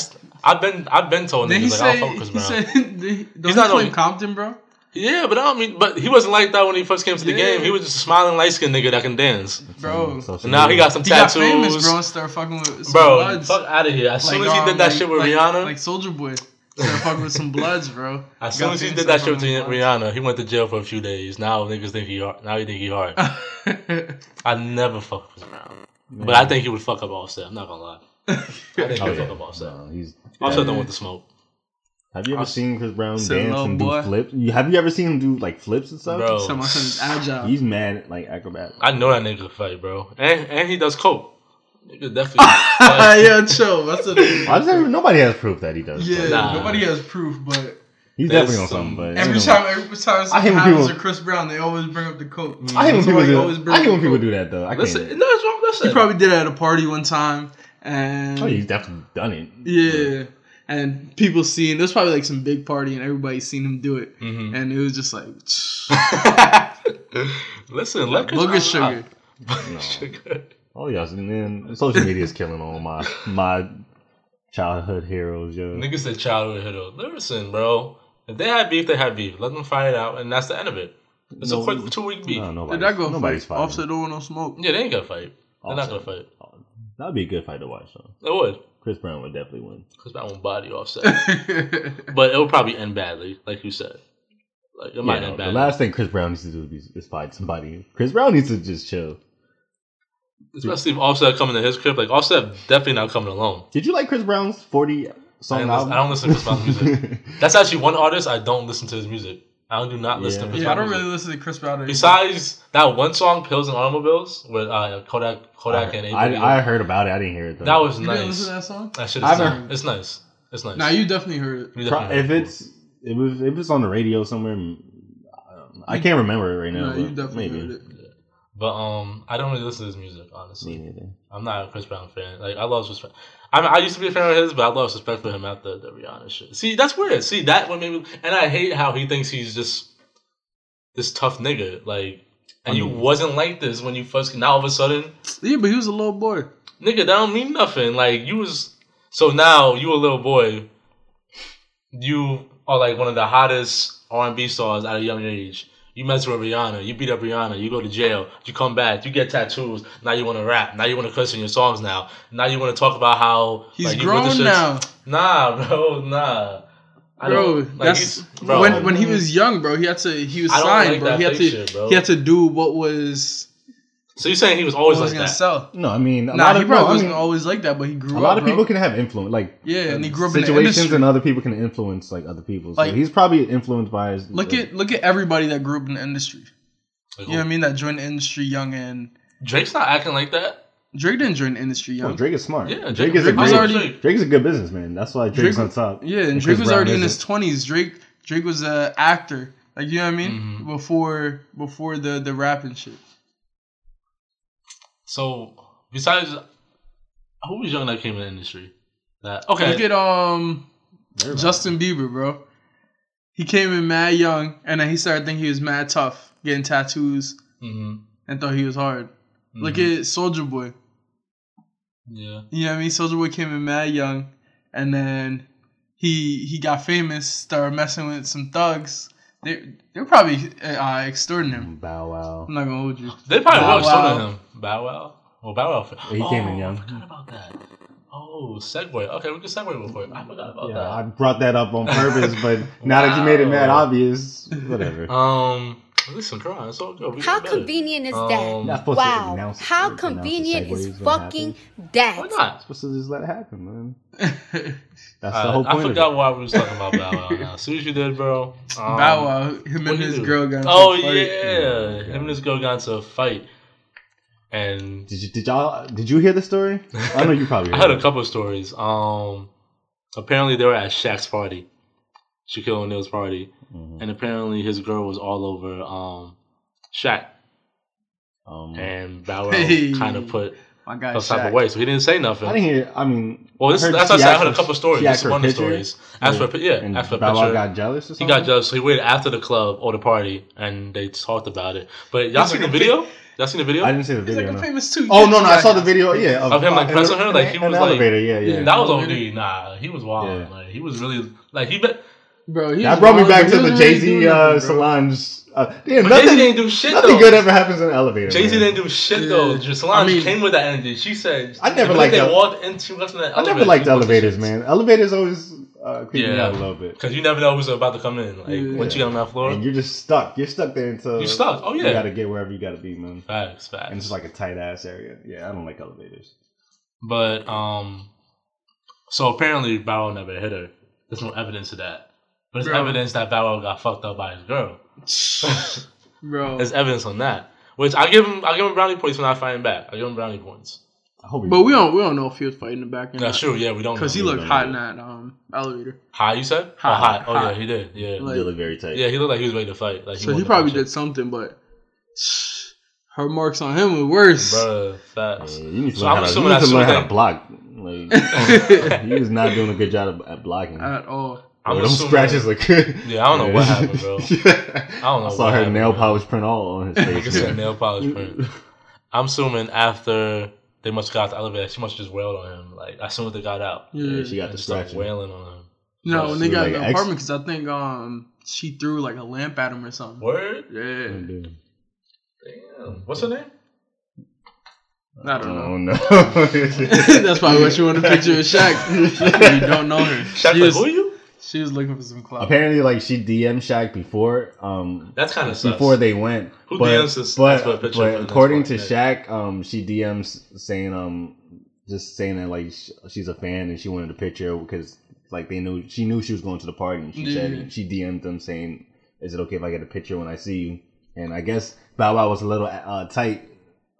have been I've been told
Then he
niggas like, "I'll
said,
fuck Chris
he
Brown."
said, he's
not
not
on-
on Compton, bro.
yeah, but I don't mean, but he wasn't like that when he first came to the
Yeah.
game. He was just a smiling light skinned nigga that can dance.
Bro,
Social
And now he
media.
got some
he
tattoos.
got famous, bro, and started fucking with some
Bro,
bloods.
fuck out of here. As soon as he
um,
did that shit with
like-
Rihanna,
like Soldier Boy, started fucking with some bloods, bro.
as
Got
soon as he
famous,
did that shit
started
with Rihanna, he went to jail for a few days. Now niggas think he hard. Now he think he hard.
fucking with
I never fuck with Chris Brown. But I think he would fuck up Offset. I'm not gonna lie. I think he
Oh,
would fuck
yeah.
up Offset.
No, he's,
Offset
yeah.
don't want the smoke.
Have you ever seen Chris Brown
Said
dance
little
and
boy.
do flips? You, have you ever seen him do like flips and stuff?
Bro.
so my son is agile.
He's mad at like acrobat.
I know that nigga could fight, bro. And and he does coke. Nigga definitely fight.
yeah, chill. That's a
I just never, nobody has proof that he does.
yeah.
flips.
Nah.
Nobody has proof, but
he's
There's
definitely on
some-
something. But
every
you know,
time, every time
I hate
something
when
happens
people-
to Chris Brown, they always bring up the coke.
I
That's
hate when people
why he
do.
always
That.
bring
I hate when
the
people
coke.
do that though. I
Listen,
can't.
no, it's wrong. Listen,
He probably did it at a party one time, and
Oh, he's definitely done it.
yeah, and people seen. There's probably like some big party, and everybody seen him do it,
Mhm.
and it was just like
listen. Let Chris
booger
Brown
sugar.
rock. Booger sugar.
Oh yes, and then social media is killing all my my childhood heroes, yo.
Niggas said childhood hero. Listen, bro. If they had beef, they had beef. Let them fight it out, and that's the end of it. It's
No.
a quick two week beef.
No,
Did
nobody,
that go
nobody's
fight?
fighting.
Offset don't want no smoke.
Yeah, they ain't gonna fight. They're not gonna
Offset.
fight.
That'd be a good fight to watch. Though.
They would.
Chris Brown would definitely win.
Chris Brown won't body offset. but it would probably end badly, like you said. Like it might
Yeah,
end
the
badly.
last thing Chris Brown needs to do is, is fight somebody. Chris Brown needs to just chill.
Especially if Offset coming to his crib. Like Offset definitely not coming alone.
Did you like Chris Brown's forty
I,
song
ain't
album?
listen- I don't listen to Chris Brown's music. That's actually one artist I don't listen to his music. I do not listen to
Yeah.
Chris
Yeah, I
Brown's
don't really
music.
listen to Chris Brown. anymore.
Besides that one song, "Pills and Automobiles," with uh, Kodak, Kodak and
I,
Avery.
I, I heard about it. I didn't hear it though.
that was
you didn't listen
nice.
to
That,
that song.
shit
I've
is
heard-
nice. It's nice. It's nice.
Now you definitely heard it.
You
Pro-
definitely
if
heard it.
it's it was if it's on the radio somewhere. I, don't know. I can't remember it right now.
No,
but
you definitely
maybe.
heard it.
but um, I don't really listen to his music. Honestly,
Me neither.
I'm not a Chris Brown fan. Like I lost respect. I mean, I used to be a fan of his, but I lost respect for him after the Rihanna shit. See, that's weird. See, that one made me, and I hate how he thinks he's just this tough nigga. Like, and you wasn't like this when you first. Now all of a sudden,
Yeah, but he was a little boy.
nigga, that don't mean nothing. Like you was so now you a little boy. You are like one of the hottest R and B stars at a young age. You mess with Rihanna, you beat up Rihanna, you go to jail, you come back, you get tattoos. Now you want to rap. Now you want to cuss in your songs. Now, now you want to talk about how
He's
like, you with the
grown
shits.
now.
Nah, bro, nah. I
bro,
don't- like,
that's
he's- bro,
when when he was young, bro. He had to he was
I don't
signed,
like
bro.
that
He had to
fake shit, bro.
he had to do what was
So you're saying he was
what
always
was
like
gonna
that?
sell.
No, I mean, a
Nah,
lot
he
of no,
probably
I
wasn't
mean,
always like that, but he grew
a
up.
lot of
bro.
people can have influence, like
Yeah, and he grew up in the
situations,
industry.
and other people can influence like other people. So
Like-
he's probably influenced by his
Look
like, oh,
at look at everybody that grew up in the industry.
Like,
You know what I mean? That joined the industry young and
Drake's not acting like that.
Drake didn't join the industry young.
Oh, Drake is smart.
Yeah,
Drake,
Drake-
is
Drake
a
was
great,
already-
Drake's a good businessman. That's why Drake's
Drake-
on top.
Yeah, and, Drake
Chris
was
Brown
already in his
isn't.
twenties. Drake Drake was a actor. Like you know what I mean?
Mm-hmm.
Mhm.
Before before the the rap and shit.
So besides, who was young that came in the industry? That okay.
Look at um
Everybody.
Justin Bieber, bro. He came in mad young, and then he started thinking he was mad tough, getting tattoos,
hmm
and thought he was hard. Look
Mm-hmm.
at Soldier Boy.
Mm-hmm. yeah.
You know what I mean? Soldier Boy came in mad young, and then he he got famous, started messing with some thugs. They they're probably uh, extorting him.
Mm, Bow Wow.
I'm not gonna hold you.
They probably
Bow
were extorting
Wow.
him. Bow Wow. Well, Bow Wow.
He came in
Oh,
young.
I forgot about that. Oh, segue. Okay, we can segue real quick. I forgot about
Yeah, I brought that up on purpose, but now that you made it mad obvious, whatever.
that. Um, Listen, Karan, it's all good. We
How
got better.
convenient is
Um,
that?
Not Oh, supposed to
Wow.
announce-
How
announce the
convenient
segues
is
when it
fucking
happens.
that?
Why not?
Supposed to just let it happen, man. That's the
Uh,
whole point.
I forgot
Of
why we was talking about Bow Wow. Now. As soon as you did, bro. Um,
Bow Wow, him
what
and
do you
his
do?
girl got into
Oh
a fight.
yeah,
Yeah.
him and his girl got into a fight, and
it. Did you did y'all did you hear the story? I know you probably.
I
Heard
had a
it.
couple of stories. Um, apparently they were at Shaq's party, Shaquille O'Neal's party,
Mhm.
and apparently his girl was all over um Shaq,
Um,
and Bow Wow
Hey.
kind of put
My guy
us out of
Shaq.
the way, so he didn't say nothing.
I didn't hear. I mean,
well, this,
heard
that's what I
she
said. I
asked
heard a
for-
couple of stories.
she
This
asked
is one of the
picture,
stories. Asked for a pi- yeah,
and
asked for a
Bow Wow
picture.
got jealous or
He
something.
got jealous. So he waited after the club or the party, and they talked about it. But y'all
He's
seen the
like a
video? Y'all seen the video?
I didn't see the
He's like
video.
a
no.
famous two.
Oh no, no, I saw the video. Yeah,
Of him, like,
in
pressing
the-
her, like, he
in the
was, like-
elevator. yeah, yeah.
that was
Yeah.
on me. Nah, he was wild.
Yeah.
Like he was really like he. Be-
Bro, he
That
was
brought me
wild,
back
but
to
he
the
wasn't really
Jay Z
doing
uh,
nothing, bro.
Solange. Uh, yeah,
Jay Z
nothing,
didn't do shit
nothing
though.
good ever happens in an elevator.
Jay Z
man.
didn't do shit though.
Yeah.
Solange
I mean-
came with that energy. She said,
I never
the minute
liked
they
el-
walked into us in that
I never
elevator,
liked
she was the
elevators,
shit.
man. Elevators always uh, creep me
Yeah.
out a little bit.
Cause you never know who's about to come in. Like
Yeah.
once you get on that floor,
And you're just stuck. You're stuck there until
You're stuck. Oh, yeah.
you gotta get wherever you gotta be, man.
facts, facts.
And it's just like a tight ass area. Yeah, I don't like elevators.
but um, so apparently Bow Wow never hit her. There's no evidence of that. But there's
Bro.
evidence that Bow Wow got fucked up by his girl.
Bro,
There's evidence on that. Which I give him, I give him brownie points when I find him back. I give him brownie points.
I hope he-
but we don't we don't know if he was fighting the back end.
That's true. Yeah, we don't.
Because
know.
he looked hot in that um, elevator.
high. You said
High,
Oh, high. Oh
high.
yeah, he did. Yeah,
Like,
They look very tight.
yeah, he looked like he was ready to fight. Like
So
won
he
the
probably
fight.
did something, but her marks on him were worse.
Bruh,
Yeah,
facts.
you need to
So
learn,
I'm
how, to, you
assuming
need to
that's
learn
what
how to
they-
block. Like, he was not doing a good job at blocking.
At all.
Uh,
Bro,
I'm
them
assuming-
scratches look good.
Yeah, I don't know what happened, bro.
I
don't know
I saw
what
her
happened,
nail
bro.
polish print all on his
I can
face.
see the nail polish print. I'm assuming after they must have got out the elevator, she must have just wailed on him. Like as soon as they got out,
Yeah.
Yeah, she got
and
the
just started
scratch.
wailing on him.
no, when they got
Like,
in the
ex-
apartment, because I think um she threw like a lamp at him or something.
Word.
Oh,
Yeah.
Damn. What's her name?
I don't know.
no.
That's probably what you want to picture with Shaq. you don't know her.
Shaq,
she,
like,
was,
who are you?
she was looking for some clout.
Apparently, like she DM'd Shaq before, um,
That's kind of
before they went.
Who
but,
DMs is-
But,
that's what a picture
but
of it, that's
according to
what,
Shaq, um, she DMs saying, um, just saying that like sh- she's a fan and she wanted a picture because like they knew she knew she was going to the party and she
Yeah.
said she DM'd them saying, "Is it okay if I get a picture when I see you?" And I guess Bow Wow was a little uh, tight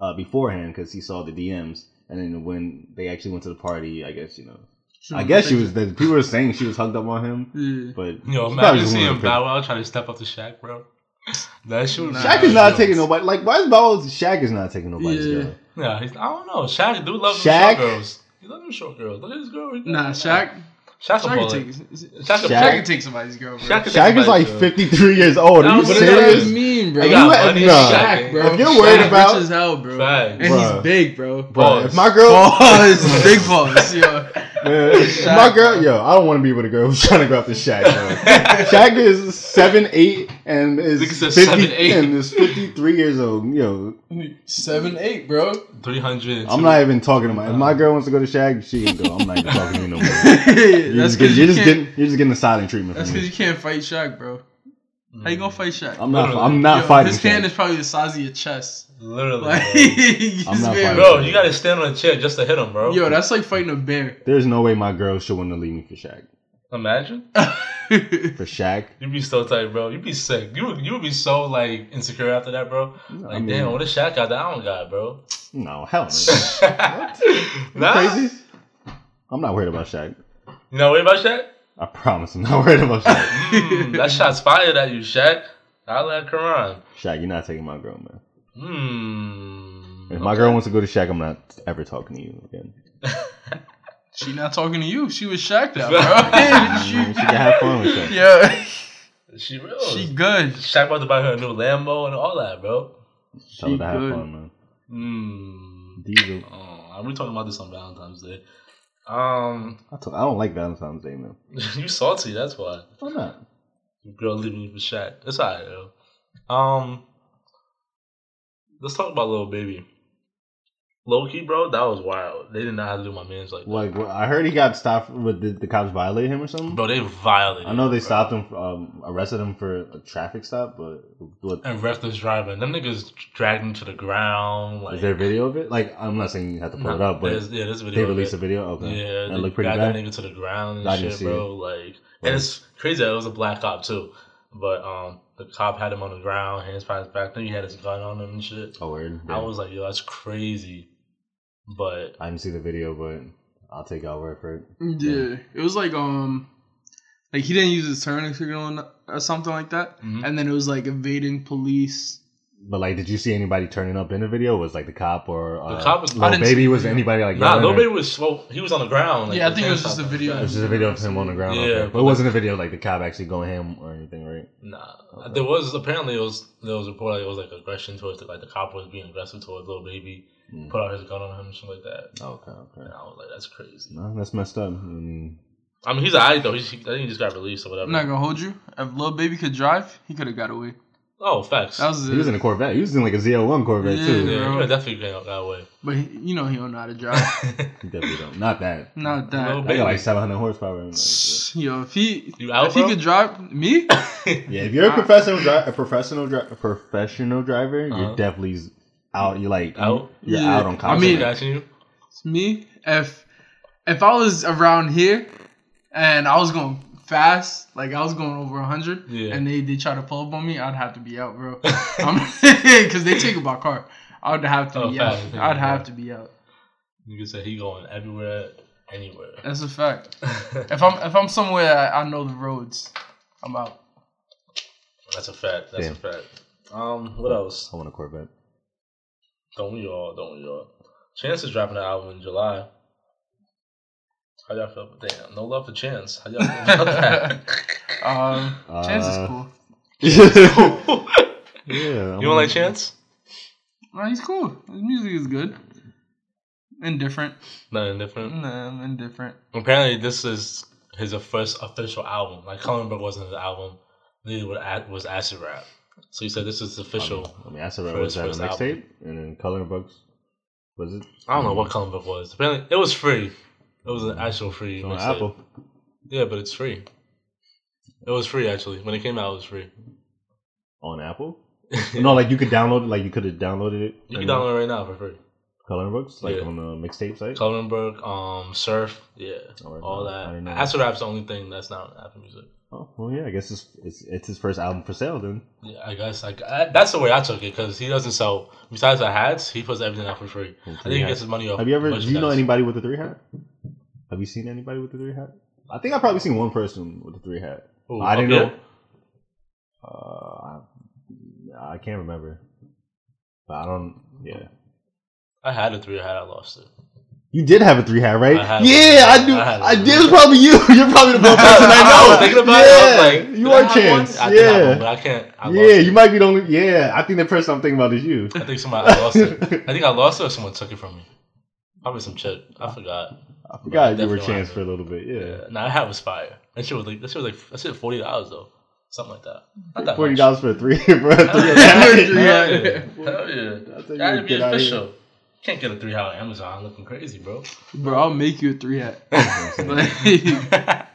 uh, beforehand because he saw the DMs, and then when they actually went to the party, I guess you know.
She
I
was
guess she
thinking-
was. The, people were saying she was hugged up on him,
Yeah.
but
You know,
she probably
imagine
just wanted
seeing
to-
Bow Wow trying to step up to Shaq, bro. That shit was
Shaq is not
Yeah.
taking nobody. Like, why is Bow Wow? Shaq is not taking nobody's
Yeah.
girl.
Yeah, he's, I don't know. Shaq do love them
Shaq?
short girls. He love them short girls. Look at this girl.
Nah, Shaq.
Shaq a
Shaq could
bullet.
take.
Shaq a
Shaq-
Shaq could take somebody's girl. Bro.
Shaq could take
Shaq is
somebody's
like
girl.
53 years old. Are you
No, but it
What do
serious?
you mean, bro?
They
You
got
had-
money.
nah.
Shaq,
bro.
If you're worried
Shaq
about-
rich as hell, bro,
Facts.
and
Bruh.
he's big, bro.
Bro, if my girl,
Pause. Big pause. Yo.
man, if my girl, yo, I don't want to be with a girl who's trying to go after Shaq. Bro. Shaq is seven eight and is
Nigga said
50,
7'8".
and is 53 years old. Yo,
Seven eight, bro.
300.
I'm not even talking to my. If my girl wants to go to Shaq, she can go. I'm not even talking to you no more. You're
that's
just,
because
getting, you're
you
just
can't.
getting you're just getting the silent treatment
That's
from
because
me.
you can't fight Shaq, bro. How you gonna fight Shaq?
I'm not.
Literally.
I'm not
Yo,
fighting.
His hand
Shaq.
is probably the size of your chest.
Literally.
Like,
bro.
this
I'm not
man-
fighting.
Bro, you gotta stand on a chair just to hit him, bro.
Yo, that's like fighting a bear.
There's no way my girl should want to leave me for Shaq.
Imagine.
For Shaq,
You'd be so tight, bro. You'd be sick. You would, you would be so, like, insecure after that, bro. Like,
I mean-
damn, what a Shaq got that I don't got, bro.
no, hell no.
nah.
Crazy. I'm not worried about Shaq.
You know what about Shaq?
I promise I'm not worried about Shaq.
Mm, that shot's fired at you, Shaq. I let Karan.
Shaq, you're not taking my girl, man.
Hmm.
If my girl wants to go to Shaq, I'm not ever talking to you again.
she not talking to you. She was Shaq now, bro.
She can have fun with Shaq.
she, yeah,
She real.
she good.
Shaq about to buy her a new Lambo and all that, bro.
Tell her to have
good.
fun, man.
Hmm.
Diesel.
Oh, we talking about this on Valentine's Day. Um,
I, told, I don't like Valentine's Day, man.
you salty, that's why.
I'm not.
Girl leaving you for Shaq. It's alright, yo. Um, let's talk about little baby. Loki, bro, that was wild. They did not have to do my man's like that.
Like wh- I heard he got stopped. With the, the cops violated him or something?
Bro, they violated.
I know they
him, bro.
stopped him, um, arrested him for a traffic stop, but what,
And reckless driving. Them niggas dragged him to the ground. Like,
is there a video of it? Like, I'm not saying you have to pull it
Nah,
up, but
there's- yeah, there's a video
they
of
released
it.
a video. Okay,
Yeah,
that
they
looked pretty
got
bad.
that nigga to the ground and
I didn't
shit,
see
bro. Like,
Right.
and it's crazy that it was a black cop too. But um, the cop had him on the ground, hands behind his back. Then he had his gun on him and shit.
Oh, word. Yeah.
I
I,
was like, yo, that's crazy. But
didn't see the video, but I'll take our word for it.
Yeah, it was like um, like he didn't use his turning signal or something like that,
Mhm.
and then it was like evading police.
But like, did you see anybody turning up in the video? Was like the cop or uh,
cop was- I
Lil
didn't
baby?
see-
Was anybody like?
nah,
yelling
Lil
or-
Baby was slow. He was on the ground. Like,
yeah, I
with
think it was
hands
just a
out.
video.
It was just a video of him on the ground.
Yeah,
okay. but
but
it
like-
wasn't a video of, like the cop actually going ham or anything, right?
Nah, there was apparently it was there was reported it was like aggression towards like the cop was being aggressive towards little baby,
Mm.
put out his gun on him and shit like that.
Okay, okay.
And I was like, that's crazy.
No, that's messed up. I mean,
I mean, he's alright though. He's, he, I think he just got released or whatever.
I'm not gonna hold you. If Lil Baby could drive, he could have got away.
oh, facts.
That was
he was in a Corvette. He was in like a ZL1 Corvette too.
yeah,
bro.
he definitely got got away.
but he, you know he don't know how to drive.
He definitely don't. Not that.
Not that.
I
Lil
got
Baby.
like 700 horsepower. in it.
Yo, if he
You out,
if he
bro?
could drive me,
Yeah, if you're a professional, dri- a professional, dri- a professional driver,
Uh-huh.
you're definitely s- out. You're like
Out?
You're
Yeah.
out on
I
I
contact.
mean,
mean-
got you.
me if if I was around here and I was going fast, like I was going over hundred,
Yeah.
and they they try to pull up on me, I'd have to be out, bro. Because they take my car. I'd have to
Oh,
be
fast,
out.
yeah,
I'd have
yeah.
to be out.
You could say he going everywhere, anywhere.
That's a fact. If I'm if I'm somewhere I, I know the roads, I'm out.
That's a fact. That's
Damn.
a fact. Um, what else?
I want a Corvette.
Don't we all? Don't we all? Chance is dropping an album in July. How y'all feel? Damn, no love for Chance. How y'all feel about
Um, Chance is
Uh,
cool.
yeah,
that?
I'm-
you don't like Chance?
No, he's cool. His music is good. Indifferent.
Nothing different.
Nah, I'm indifferent.
Apparently, this is his first official album. Like, Cullenberg wasn't his album. Neither was A- was Acid Rap. So he said this is official.
I mean, I said
For
was
his
that a
first
mixtape, and then Color Books was it?
I don't know what Cullenberg was. Apparently, it was free. It was an actual free.
It's on
mixtape.
Apple.
Yeah, but it's free. It was free actually. When it came out, it was free.
On Apple? no, like you could download. it, Like you could have downloaded it.
You can download it right now for free.
Color Books, like
Yeah.
on the mixtape site.
Cullenberg, um, Surf, yeah,
Oh, I
all
know. I
that.
know.
Acid Rap's the only thing that's not on Apple Music.
oh, well, yeah, I guess it's, it's it's his first album for sale then.
Yeah, I guess like I, that's the way I took it because he doesn't sell. Besides the hats, he puts everything out for free. I think he
Yeah.
gets his money off.
Have you ever? Do you know
merchandise.
anybody with a three hat? Have you seen anybody with a three hat? I think I've probably seen one person with a three hat.
Who,
I didn't
up
know.
here?
Uh, I, I can't remember. But I don't. Yeah,
I had a three hat. I lost it.
you did have a three hat, right?
I had
yeah,
one.
I do.
I had
I,
one.
did. It was probably you. You're probably the one person I
I
know.
was thinking about
yeah,
it. I was like,
you
did I
are
have
chance.
one? I did have
yeah,
one, but I can't. I
yeah.
lost it.
You might be the only. Yeah, I think the person I'm thinking about is you.
I think somebody I lost it. I think I lost it or someone took it from me. Probably some chick. I forgot.
I forgot you were
definitely
chance
have
for a little bit. Yeah.
Yeah. Nah, that hat was fire. That shit was like that shit was like that shit was forty dollars though. Something like that. Not that
Forty
much.
dollars for a three for a three.
Hell
hat.
yeah. Hell yeah.
I think we'd
That'd be
get out of here.
official. Can't get a three out on Amazon looking crazy, bro.
Bro, I'll make you a three hat. Like,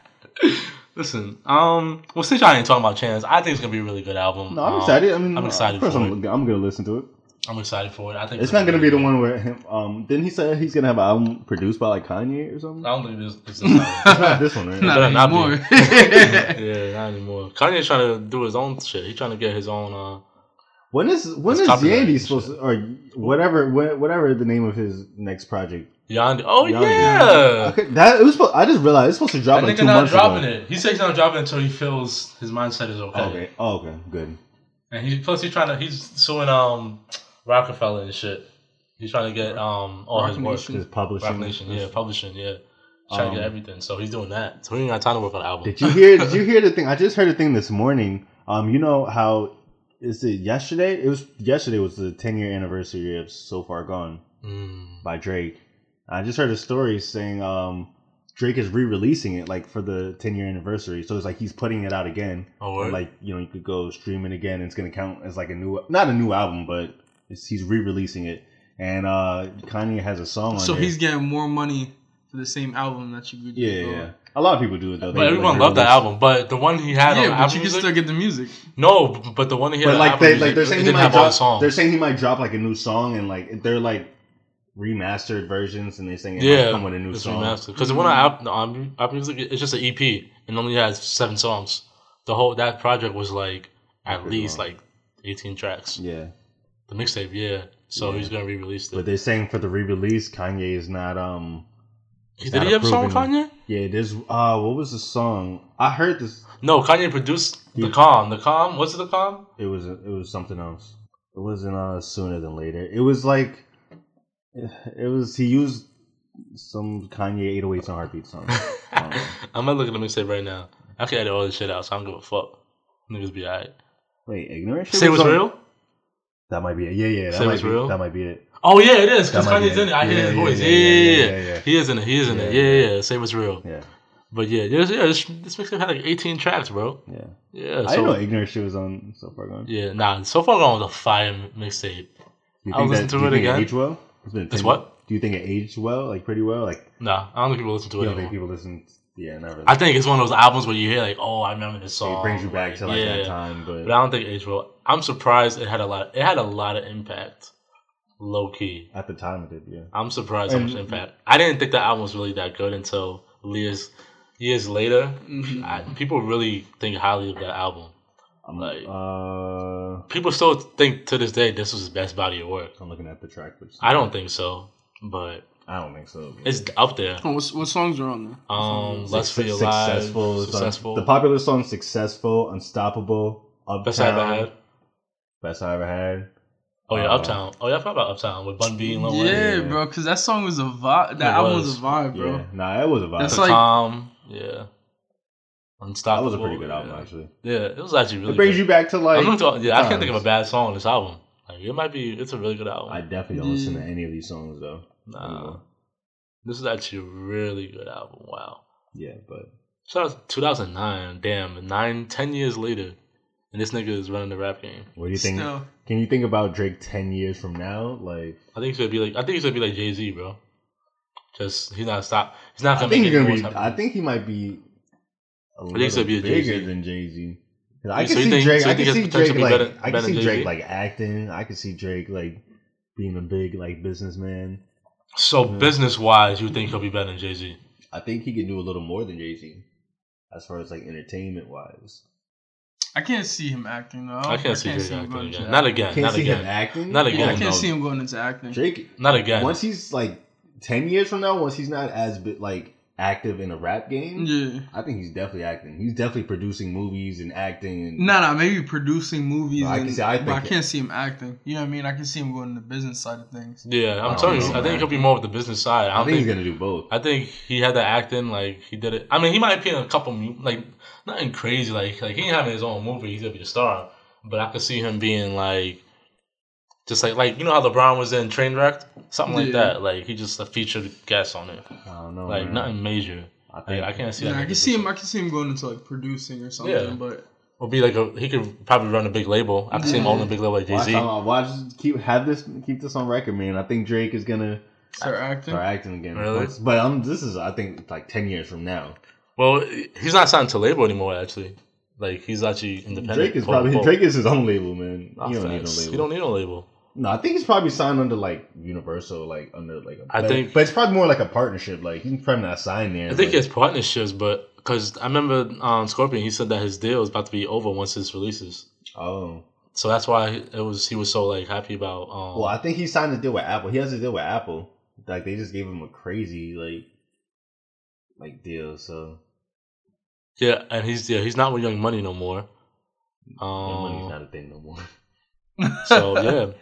Listen, um well since y'all ain't talking about chance, I think it's gonna be a really good album.
No, I'm
Um,
excited. I mean,
I'm excited
Of course,
for
I'm, I'm gonna listen to it.
I'm excited for it. I think
It's not gonna be the
one.
one where him. Um, didn't he say he's gonna have an album produced by like Kanye or something?
I don't think this, this is
It's not this one, right?
Oh.
not
No. better not be.
anymore.
Yeah, not anymore. Kanye's trying to do his own shit. He's trying to get his own uh
When is when
It's
is
copyrighted
Yandy
and
supposed
shit.
to, or whatever wha- whatever the name of his next project?
Yandi. Oh
Yandy.
yeah.
Okay, that it was. supposed- I just realized it's supposed to drop
That
like
nigga
two
not
months
dropping
ago.
it. He says he's not dropping it until he feels his mindset is okay.
Okay. Oh, okay. Good.
And he plus he's trying to he's suing um Rockefeller and shit. He's trying to get um all his
Rock
work.
Nation.
His publishing.
Rock Nation, yeah, publishing, yeah. Trying to get
Um,
everything. So he's doing that. So he ain't got time to work on the album.
Did you hear? Did you hear the thing? I just heard a thing this morning. Um, you know how is it yesterday? It was yesterday was the ten year anniversary of So Far Gone.
Mm.
by Drake. I just heard a story saying um, Drake is re-releasing it like for the 10 year anniversary. So it's like he's putting it out again.
Oh, word.
And, like you know, you could go stream it again. And it's gonna count as like a new, not a new album, but it's, he's re-releasing it. and uh, Kanye has a song on
So
there.
he's getting more money for the same album that you could
yeah,
get.
yeah. A lot of people do it though. They,
But everyone
like,
loved that
release-
album. But the one he had
Yeah,
on
but
Apple
you can
Music,
still get the music.
no. b- But the one he had
But
on
like
Apple
they
Music,
like they're saying
it
he
didn't
might
have all the
drop.
songs.
They're saying he might drop like a new song and like they're like remastered versions and they're saying it might
yeah,
come with a new
it's
song.
Because the one on
Mm-hmm.
Apple, on Apple Music, it's just an E EP and only has seven songs. The whole that project was like at
Pretty
least
long.
like eighteen tracks.
Yeah,
The mixtape, yeah. So
Yeah.
he's gonna re-release it.
but they're saying for the re-release, Kanye is not um. it's
Did
not
he have a song with
approving-
Kanye?
Yeah, there's uh, what was the song? I heard this.
No, Kanye produced the
He-
calm. The calm. What's it? The calm.
It was it was something else. It wasn't uh sooner than later. It was like it was he used some Kanye 808s and heartbeat song. Um, I don't know.
I'm not looking at the mixtape right now. I can edit all this shit out, so I don't give a fuck. Niggas be alright.
Wait, ignorant shit
Say
was
what's
on-
real?
That might be it. Yeah, yeah. That
Say
might
What's
be,
Real?
That might be it.
Oh yeah, it is because
That might be
Kanye's in it. I hear
Yeah,
his
yeah,
voice. Yeah,
yeah, yeah,
yeah,
yeah, yeah.
He is in it. He is in it.
Yeah,
Yeah, yeah. yeah. Say what's real.
Yeah,
But yeah, yeah, yeah. This, this mixtape had like 18 tracks, bro.
yeah.
Yeah. So,
I didn't know ignorant shit was on so far gone.
Yeah. Nah. So far gone was a fire mi- mixtape.
Do you
I'll
think
listen
that,
to
do you
it
think
again.
It aged well. It's been
It's
10
what?
Do you think it aged well? Like pretty well? Like
Nah. I don't think people listen to
you
it
don't think
anymore.
people listen? Yeah, not really.
I think it's one of those albums where you hear like, oh, I remember this song.
it brings you back to like
yeah.
that time, but,
But I don't think it will. I'm surprised it had a lot. It had a lot of impact, low key.
at the time it did. Yeah.
I'm surprised how much
And-
impact. I didn't think the album was really that good until years years later. I, people really think highly of that album.
I'm
Like-
uh,
People still think to this day this was his best body of work.
I'm looking at the track list.
I don't think so, but
I don't think so.
it's up there.
Oh, what's, what songs are on there?
Um, Let's
Success-
Feel Alive,
Successful. is on-
Successful,
the popular song "Successful," "Unstoppable," "Uptown,"
Best I Ever Had.
"Best I Ever Had."
Oh yeah,
Uh,
Uptown. Oh yeah, I forgot about Uptown with Bun B and Lil Wayne.
yeah,
yeah.
bro, because that song was a vibe.
It
That album was.
was.
a vibe, bro.
Yeah, nah, that was a vibe.
That's
The
It's like-
Calm. Yeah.
that
Unstoppable.
was a pretty good album,
yeah.
actually.
Yeah, it was actually really.
it brings
good.
you back to like.
I'm not talking, yeah, I can't think of a
times.
bad song on this album. Like it might be, it's a really good album.
I definitely don't listen to any of these songs though.
nah, this is actually a really good album. Wow.
Yeah, but
Shout out to 2009. Damn, nine, ten years later, and this nigga is running the rap game.
what do you think?
Still,
Can you think about Drake ten years from now? Like,
I think he's gonna be like, I think he's gonna be like Jay Z, bro. Just he's not stop. He's not
I
gonna.
think
make
he's gonna
anyone's
be.
happy.
I think he might be. A
think he's
little
gonna be a
bigger
Jay-Z.
than Jay Z. I
So
can
you
see
think-
Drake.
so you
I can
think his
see
potential
Drake
be
like.
better-
I can
better
see
than
Drake
Jay-Z?
like acting. I can see Drake like being a big like businessman.
so business wise, you think he'll be better than Jay Z?
I think he can do a little more than Jay Z, as far as like entertainment wise.
I can't see him acting though.
Oh, I can't see Drake
him
acting
going into
again. Not
acting.
again.
Can't
Not
see him
again.
acting.
Not
Yeah,
again.
I can't
no.
see him going into acting.
Drake
Not again.
Once he's like ten years from now, once he's not as bit like active in a rap game,
Yeah.
I think he's definitely acting. He's definitely producing movies and acting. And
Nah, nah, maybe producing movies.
No, I
I
can
can
see- I
but I
think-
can't see him acting. You know what I mean? I can see him going to the business side of things.
Yeah,
I
I'm
don't
telling you,
know,
I
man.
think he'll be more with the business side.
I,
I don't
think
think
he's gonna do both.
I think he had that acting like he did it. I mean, he might appear in a couple mu- like nothing crazy like like he ain't having his own movie. He's gonna be a star, but I could see him being like just like like you know how LeBron was in Trainwreck, something like
Yeah.
that. Like he just a featured guest on it,
I don't know.
like
man.
nothing major.
I
Like,
think
I can't see.
Yeah,
that
I
nigga
can see him.
just-
I can see him going into like producing or something.
Yeah.
But
Would be like a he could probably run a big label. I could see him
Yeah.
owning a big label like Jay
Watch,
Z.
I- watch, keep have this, keep this on record, man. I think Drake is gonna
start acting.
start acting again.
Really?
Once- But um, this is I think like ten years from now.
Well, he's not signed to label anymore. Actually, like he's actually independent.
Drake is
quote,
probably
unquote.
Drake is his own label, man.
Nah,
He don't need no
facts.
label.
He don't need no label.
No, I think he's probably signed under like Universal, like under like. A,
I
but-
think-
but it's probably more like a partnership. Like he's probably not signed there.
I think
but-
he has partnerships, but because I remember um, Scorpion, he said that his deal is about to be over once his releases.
Oh,
So that's why it was he was so like happy about. Um,
well, I think he signed a deal with Apple. He has a deal with Apple. Like they just gave him a crazy like, like deal. So
yeah, and he's yeah he's not with Young Money no more.
no money's
Um,
not a thing no more.
so yeah,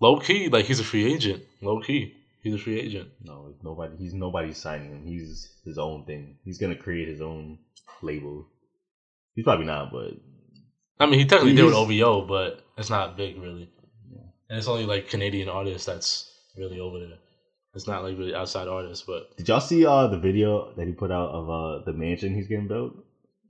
low key like he's a free agent. Low key, he's a free agent.
No, nobody. He's nobody's signing him. He's his own thing. He's gonna create his own label. He's probably not, but
I mean, he technically
He
did with
is-
OVO, but it's not big really, and it's only like Canadian artists that's really over there. It's not like really outside artists, but
did y'all see uh the video that he put out of uh the mansion he's getting built?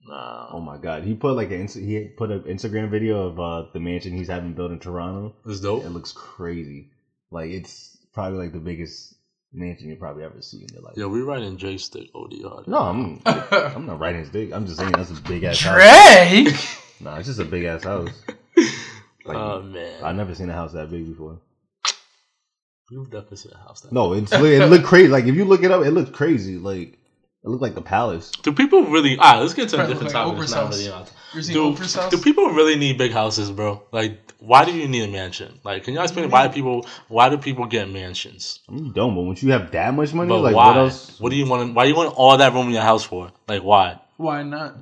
Nah,
Oh my god, he put like an Insta- he put an Instagram video of uh, the mansion he's having built in Toronto.
it's dope.
It looks crazy. Like it's probably like the biggest mansion you probably ever see in your life.
Yeah, we're riding J stick OD hard.
No, I'm I'm not writing his dick. I'm just saying that's a big ass house.
Drake.
Nah, it's just a big ass house. Like
oh man,
I've never seen a house that big before.
you've definitely seen a house. That
No, it's li- it looked crazy. Like if you look it up, it looked crazy. Like it looked like the palace.
Do people really? All right, let's get to a
Right,
different
like
topic.
Oprah's
It's not
house.
really about-
You seen
do,
Oprah's house?
do people really need big houses, bro? Like, why do you need a mansion? Like, can y'all explain why people? Why do people get mansions?
I mean, you don't, but once you have that much money,
But
like
why?
what else?
What do you want? Why you want all that room in your house for? Like, why?
Why not?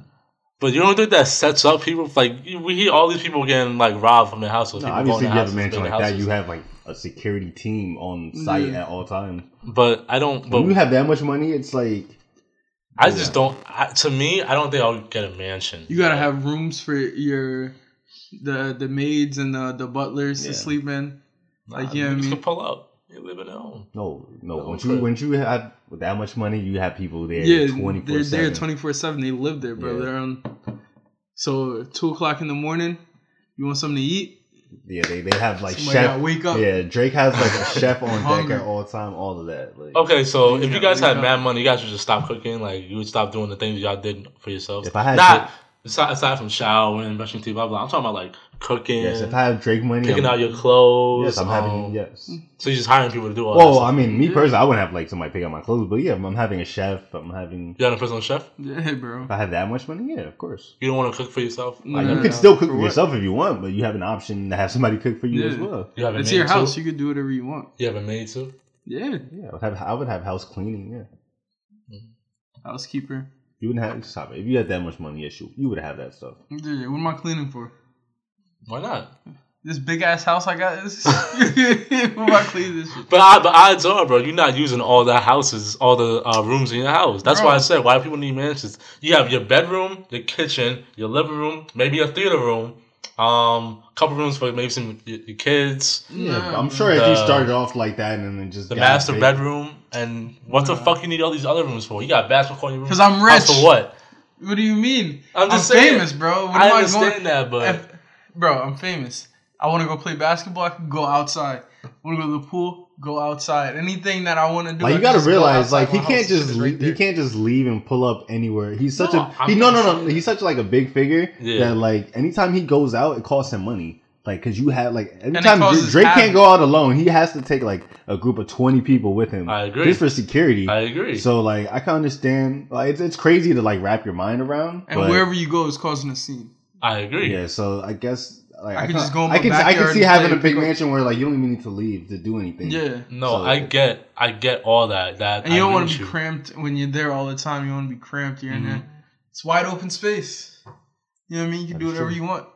But you don't think that sets up people? Like, you- we hear all these people getting like robbed from their houses.
No,
people
obviously,
going
if you
to
have
houses,
a mansion like
building
that,
houses.
you have like a security team on
Mm-hmm.
site at all times.
But I don't. But
when you have that much money, it's like
I just don't. I, to me, I don't think I'll get a mansion.
You gotta have rooms for your the the maids and the the butlers
Yeah.
to sleep in. Like, you know what I
you
mean?
can pull up. You live at home.
no, no.
No,
once
okay.
you once you have that much money, you have people there.
Yeah,
twenty
they're there
four seven.
twenty four seven. They live there, bro.
Yeah.
They're on. So two o'clock in the morning, you want something to eat?
Yeah, they they have like
Somebody
chef.
gotta wake up.
Yeah, Drake has like a chef on deck
Hungry.
at all time. All of that. Like,
Okay, so if you
got
guys
laid
had
out.
mad money, you guys would just stop cooking. Like you would stop doing the things y'all did for yourselves.
If I had
not aside, aside from showering, brushing teeth, blah blah. I'm talking about like cooking,
Yes, if I have Drake money,
picking
I'm,
out your clothes.
yes, I'm having
um,
yes.
So you're just hiring people to do all. that
Well,
stuff.
I mean, me personally, I wouldn't have like somebody pick out my clothes, but yeah, I'm having a chef. I'm having.
you're not a personal chef.
Yeah, bro.
If I have that much money, yeah, of course.
You don't want to cook for yourself. Mm.
No,
Like,
no,
you
no.
can still cook
For
for
what?
yourself if you want, but you have an option to have somebody cook for you
Yeah.
as well.
You have a
It's
maid
your house.
Too?
You can do whatever you want.
You have a maid too.
Yeah,
Yeah, I would have, I would have house cleaning. Yeah,
housekeeper.
you wouldn't have stop it. If you had that much money, yes, you, you would have that stuff.
Yeah, what am I cleaning for?
Why not?
This big ass house I got is. what am I cleaning this shit?
But I, but odds are, bro, you're not using all the houses, all the uh, rooms in your house. That's why I
Bro.
said why do people need mansions. You have your bedroom, your kitchen, your living room, maybe a theater room, um, couple rooms for maybe some your, your kids,
Yeah,
Nah,
I'm
bro.
sure if
The-
you started off like that and then just
the
got
master
big-
bedroom, and what the fuck you need all these other rooms for? You got a basketball in your room
'Cause I'm
House
rich.
for what?
What do you mean?
I'm
I'm,
just saying.
famous, bro. What
I
am
understand
going?
that, but
If- bro, I'm famous. I want to go play basketball. I can go outside. Want to go to the pool? Go outside. Anything that I want to do.
Like
I
you
can
got to
just go
realize,
outside
like he
my
can't
house. Shit
just
is
le-
right
he
there.
can't just leave and pull up anywhere. He's such
No,
a
I'm
he, no
not
no no
saying
he's such like a big figure
Yeah.
that like anytime he goes out, it costs him money. Like because you have like
it
anytime Dra-
causes
Drake can't
havoc.
go out alone, he has to take like a group of twenty people with him.
I agree.
just for security.
I agree.
So like I can understand. Like it's it's crazy to like wrap your mind around.
And
but-
wherever you go is causing a scene.
I agree.
Yeah, so I guess like I,
I could
can
just go in
I
my
can I can
backyard
see
and
having
play
a big
pickup.
mansion where like you don't even need to leave to do anything.
Yeah.
No,
So-
I get, I get all that. That
And you
I
don't
agree
want
with
to be
you. Mm-hmm.
cramped when you're there all the time. You want to be cramped. You're in there. It's wide open space. You know what I mean? You can do
That's
whatever
true.
you want.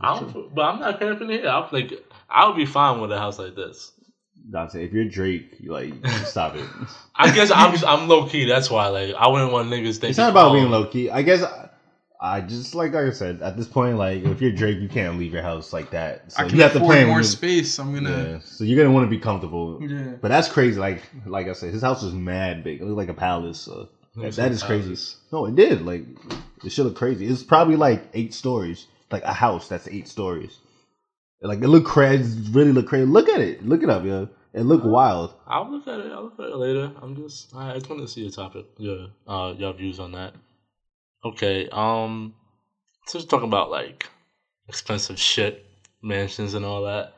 I don't, but I'm not cramping here. I'm like, I'll be fine with a house like this.
Dante, if you're Drake, you, like stop it.
I guess I'm I'm low key. That's why, like, I wouldn't want niggas thinking.
It's not about being
low.
low key. I guess I, I just like I said at this point, like if you're Drake, you can't leave your house like that. So
I can
you have to
afford
plan
more
when you-
space. I'm gonna.
Yeah, so you're gonna want to be comfortable.
Mm.
Yeah.
But that's crazy. Like like I said, his house was mad big. It looked like a palace. So that,
looks
that
like
is
a
crazy.
palace.
No, it did. Like it should look crazy. It's probably like eight stories. Like a house that's eight stories. Like it looked crazy. Really look crazy. Look at it. Look it up, yo. It looked wild.
I'll look at it. I'll look at it later. I'm just. I I just want to see the topic. Yeah. Uh, your views on that. Okay. Um, so just talking about like expensive shit, mansions and all that.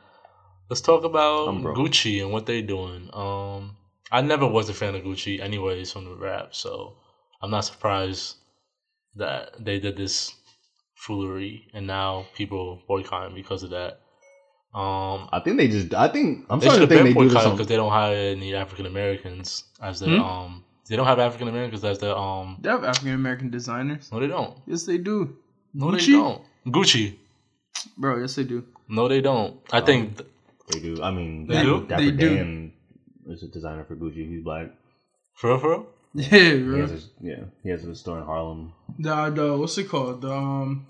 Let's talk about
I'm broke.
Gucci and what they doing. Um, I never was a fan of Gucci, anyways, from the rap. So I'm not surprised that they did this foolery, and now people boycotting because of that. Um,
I think they just. I think I'm
they should
starting
have
to
been
think they do this.
boycotted
On,
because they don't hire any African Americans as their
Hmm?
um. They don't have African Americans as their um.
They have African American designers.
No, they don't.
Yes, they do.
No,
Gucci?
they don't. Gucci.
Bro, yes, they do.
No, they don't. I
Oh.
think th-
they do. I mean,
They
Dapper-
do?
Dapper
They do.
Dan is a designer for Gucci. He's black.
for real, for real.
Yeah, bro.
He has a, yeah, he has a store in Harlem.
the, the what's it called? The um,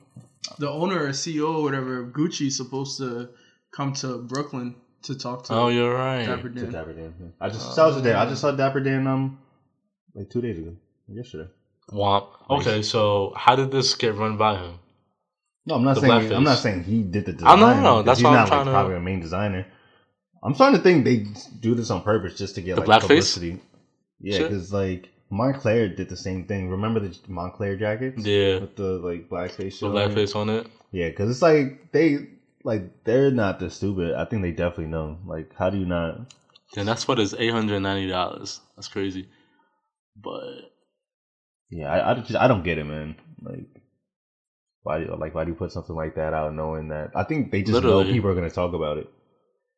the owner or CEO or whatever of Gucci is supposed to come to Brooklyn to talk to
Oh, you're
Dapper
right.
To
Dan.
Uh,
Dapper Dan. yeah. I just saw today. I just saw Dapper Dan um like two days ago, yesterday.
Womp. Okay, so how did this get run by him?
No, I'm not
The
saying
blackface.
I'm not saying he did the
I
design.
know, I know,
because
that's
he's
why I'm
not
trying
like
to-
probably a main designer. I'm starting to think they do this on purpose just to get
The
like
blackface?
publicity. Yeah,
Shit.
because like Montclair did the same thing. Remember the Montclair jackets?
Yeah.
with the like blackface. shit
The
on it?
blackface on it.
Yeah, because it's like they like they're not this stupid. I think they definitely know. Like, how do you not?
Then that's what is eight hundred ninety dollars. That's crazy. But
Yeah, I, I just I don't get it, man. Like, why do like why do you put something like that out knowing that I think they just know
Literally.
people are gonna talk about it,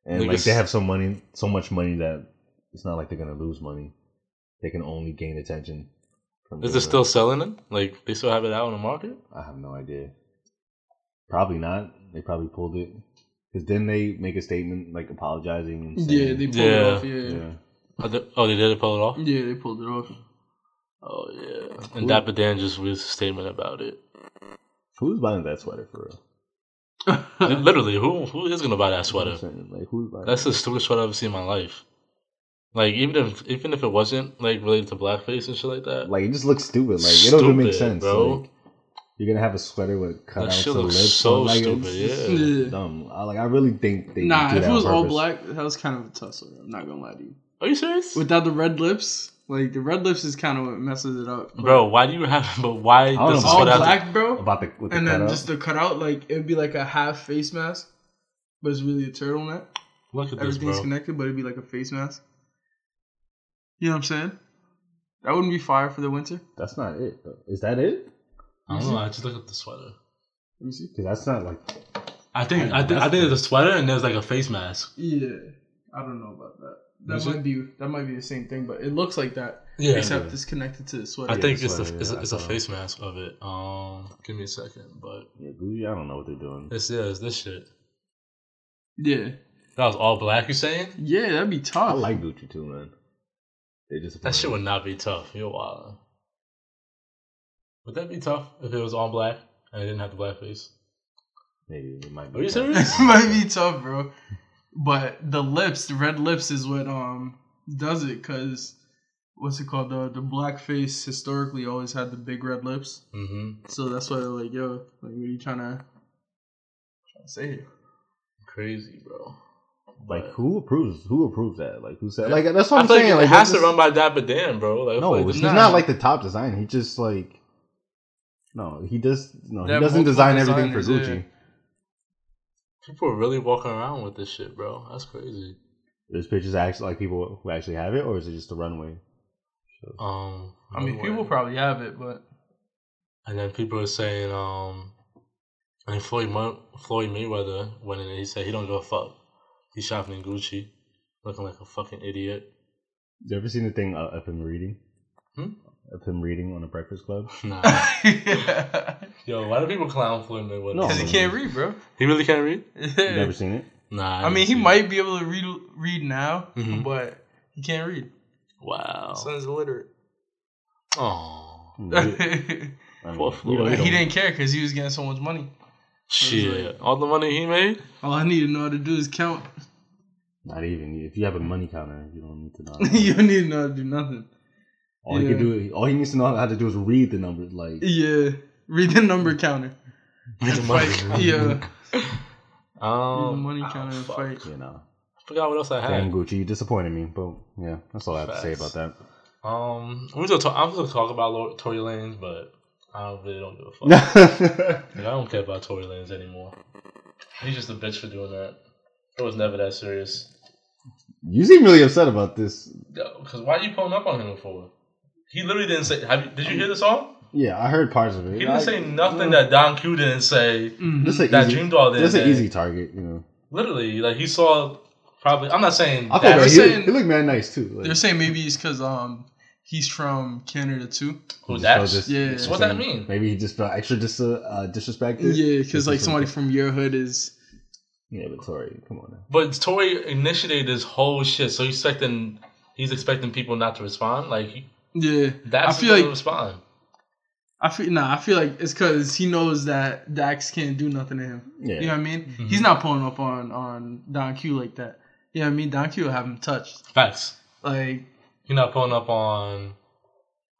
and like
Niggas-
they have so money, so much money that it's not like they're gonna lose money. They can only gain attention. From
is
doing
it still selling it? Like they still have it out on the market?
I have no idea. Probably not. They probably pulled it because then they make a statement like apologizing and
Yeah,
saying,
they pulled it
Yeah.
off. Yeah. yeah,
yeah.
Are they- oh, they did pull it off.
Mm.
they pulled it off.
Oh yeah. And Dapper Dan just released a statement about it.
Who's buying that sweater for real?
Literally, who who is gonna buy that sweater?
I'm saying, Like who's buying?
That's the stupidest sweater I've ever seen in my life. Like even if even if it wasn't like related to blackface and shit like that.
Like it just looks stupid. Like it doesn't make
Stupid,
sense,
bro.
Like, you're gonna have a sweater with
that
cutouts
shit
of
looks
lips.
so
like,
stupid.
It's,
Yeah.
Yeah.
Dumb. I, like I really think they
Nah,
do
if
that
it was
on
all
purpose.
black, that was kind of a tough story. I'm not gonna lie to you.
Are you serious?
Without the red lips, like the red lips is kind of what messes it up.
Bro, why do you have? But why
don't
this is
know.
all
what I have
black, bro,
about the with the
and then
cutout.
just the cutout, like it'd be like a half face mask, but it's really a turtleneck.
to- Look at this,
Everything's
bro.
connected, but it'd be like a face mask. You know what I'm saying? That wouldn't be fire for the winter.
that's not it. though. Is that it?
I don't know. I just look at the sweater.
Let me see.
Because that's not like
I think I think I think there's a sweater and there's like a face mask.
Yeah, I don't know about that. That
Is
might be that might be the same thing, but it looks like that.
Yeah.
except it's connected to the sweater.
I think it's the
sweater,
it's,
yeah,
a, it's a
I saw.
face mask of it. Um, give me a second, but
yeah, Gucci. I don't know what they're doing.
this yeah, it's this shit.
Yeah,
That was all black. You saying
yeah, that'd be
I
tough.
like Gucci too, man. They just
that shit would not be tough. You're wild. Would that be tough if it was all black and it didn't have the black face?
Maybe it might be.
Are you
that.
serious?
it might be tough, bro. But the lips, the red lips, is what um does it. Cause what's it called? The the black face historically always had the big red lips,
Mm-hmm.
so that's why they're like, yo, like, what are you trying to, trying to say? here?
Crazy, bro.
Like
But-
who approves? Who approves that? Like who said? Like that's what
I
I'm
feel like
saying.
it
like
has
that's
to
just-
run by Dapper Dan, bro.
Uh,
Like, I feel
No,
like
he's
this-
not,
not-
like the top designer. He just like no, he just no,
There
he
are multiple
doesn't design everything for
designers,
Gucci.
yeah.
people are really walking around with this shit, bro. That's crazy.
There's pictures actually like people who actually have it, or is it just a runway?
Um,
I mean, people probably have it, but
And then people are saying, um, I mean, Floyd, Mer- Floyd Mayweather went in and he said he don't give a fuck. He's shopping in Gucci, looking like a fucking idiot.
You ever seen the thing uh, of him reading?
Hmm?
Of him reading on a Breakfast Club.
Nah,
because
yo, why do people clown Floyd Mayweather?
No. 'Cause
he can't read, bro.
He really can't read.
You never seen it?
Nah,
I mean,
didn't
he
see it.
might be able to read read now,
Mhm.
but he can't read.
Wow.
His son's illiterate.
Oh
We-
he
I mean,
Poor
we don't-
Floyd.
we don't-
didn't care because he was getting so much money.
shit! All the money he made.
All I need to know how to do is count.
Not even if you have a money counter, you don't need to know.
you don't need to know how to do nothing.
all he can
Yeah.
do, all he needs to know how to do is read the numbers. Like
Yeah, read the number counter.
Made the
Fight. Yeah, read the
Um,
money
oh,
counter and
fuck.
fight.
you know,
I forgot what else I had.
damn Gucci, you disappointed me. But yeah, that's all I have to say about
Facts.
that.
Um, I'm gonna talk. I'm gonna talk about Lo- Tory Lanez, but I don't really don't give a fuck. Like, I don't care about Tory Lanez anymore. He's just a bitch for doing that. It was never that serious.
you seem really upset about this.
Because why are you pulling up on him for? He literally didn't say. Have you, did you hear the song?
Yeah, I heard parts of it.
He didn't
I-
say
Mm.
nothing that Don Q didn't say.
Mm-hmm.
This is
That
easy,
Dream Doll didn't.
That's an
say.
easy target, you know.
Literally, like he saw. Probably, I'm not saying.
I
that-
thought
they're
he,
saying-
he looked mad nice too. Like,
They're saying maybe it's because um he's from Canada too.
he
who
just
that?
felt dis-
yeah.
just
What that
saying-
mean?
Maybe he just felt extra dis- uh, disrespected.
Yeah, because like
Disrespected.
somebody from your hood is.
Yeah, but sorry, come on. Now.
But Tory initiated this whole shit, so he's expecting. He's expecting people not to respond. Like he-
Yeah,
that's
I
I
feel like
respond.
I feel nah. I feel like it's because he knows that Dax can't do nothing to him.
Yeah.
You know what I mean? He's not pulling up on on Don Q like that. You know what I mean? Don Q will have him touched.
Facts.
Like
You're not pulling up on.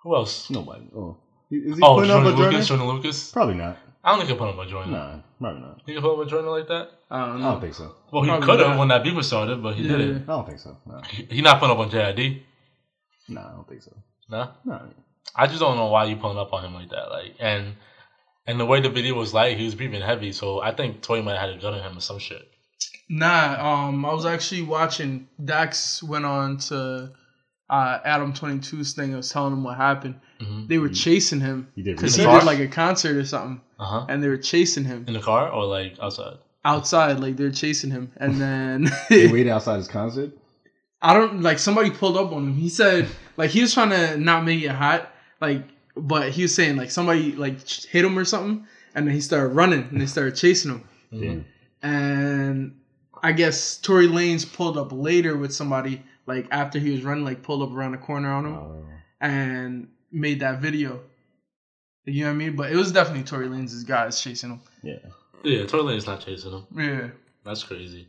Who else?
Nobody. Oh, Is he
Oh,
putting up
Jordan
a Jordan?
Lucas, Jordan Lucas.
Probably not.
I don't think he'll put up a Jordan.
Nah, probably not.
He can put up a Jordan like that.
I don't
I
know.
Mm.
don't think so.
Well, he
Probably
could have
not.
when that beef was started, but he
Yeah.
didn't.
I don't think so. Nah,
He, he not putting up on JID.
nah I don't think so.
Nah.
Nah.
I just don't know why you pulling up on him like that. Like and and the way the video was like, he was breathing heavy, so I think Toy might have had a gun on him or some shit.
Nah, um, I was actually watching. Dax went on to uh, Adam 22's thing. I was telling him what happened.
Mhm.
They were chasing him
He did
because
In
he
the
did
car?
like a concert or something,
Uh huh.
and they were chasing him
In the car or like outside.
outside. Like they're chasing him, and then
He waited outside his concert.
I don't like somebody pulled up on him. He said like he was trying to not make it hot, like but he was saying like somebody like ch- hit him or something, and then he started running and they started chasing him.
Mhm.
And I guess Tory Lanez pulled up later with somebody like after he was running, like pulled up around the corner on him
Oh.
Oh,
and made that video. You know what I mean? But it was definitely Tory Lanez's guys chasing him.
Yeah, Toy Lane's not chasing him.
Yeah,
That's crazy.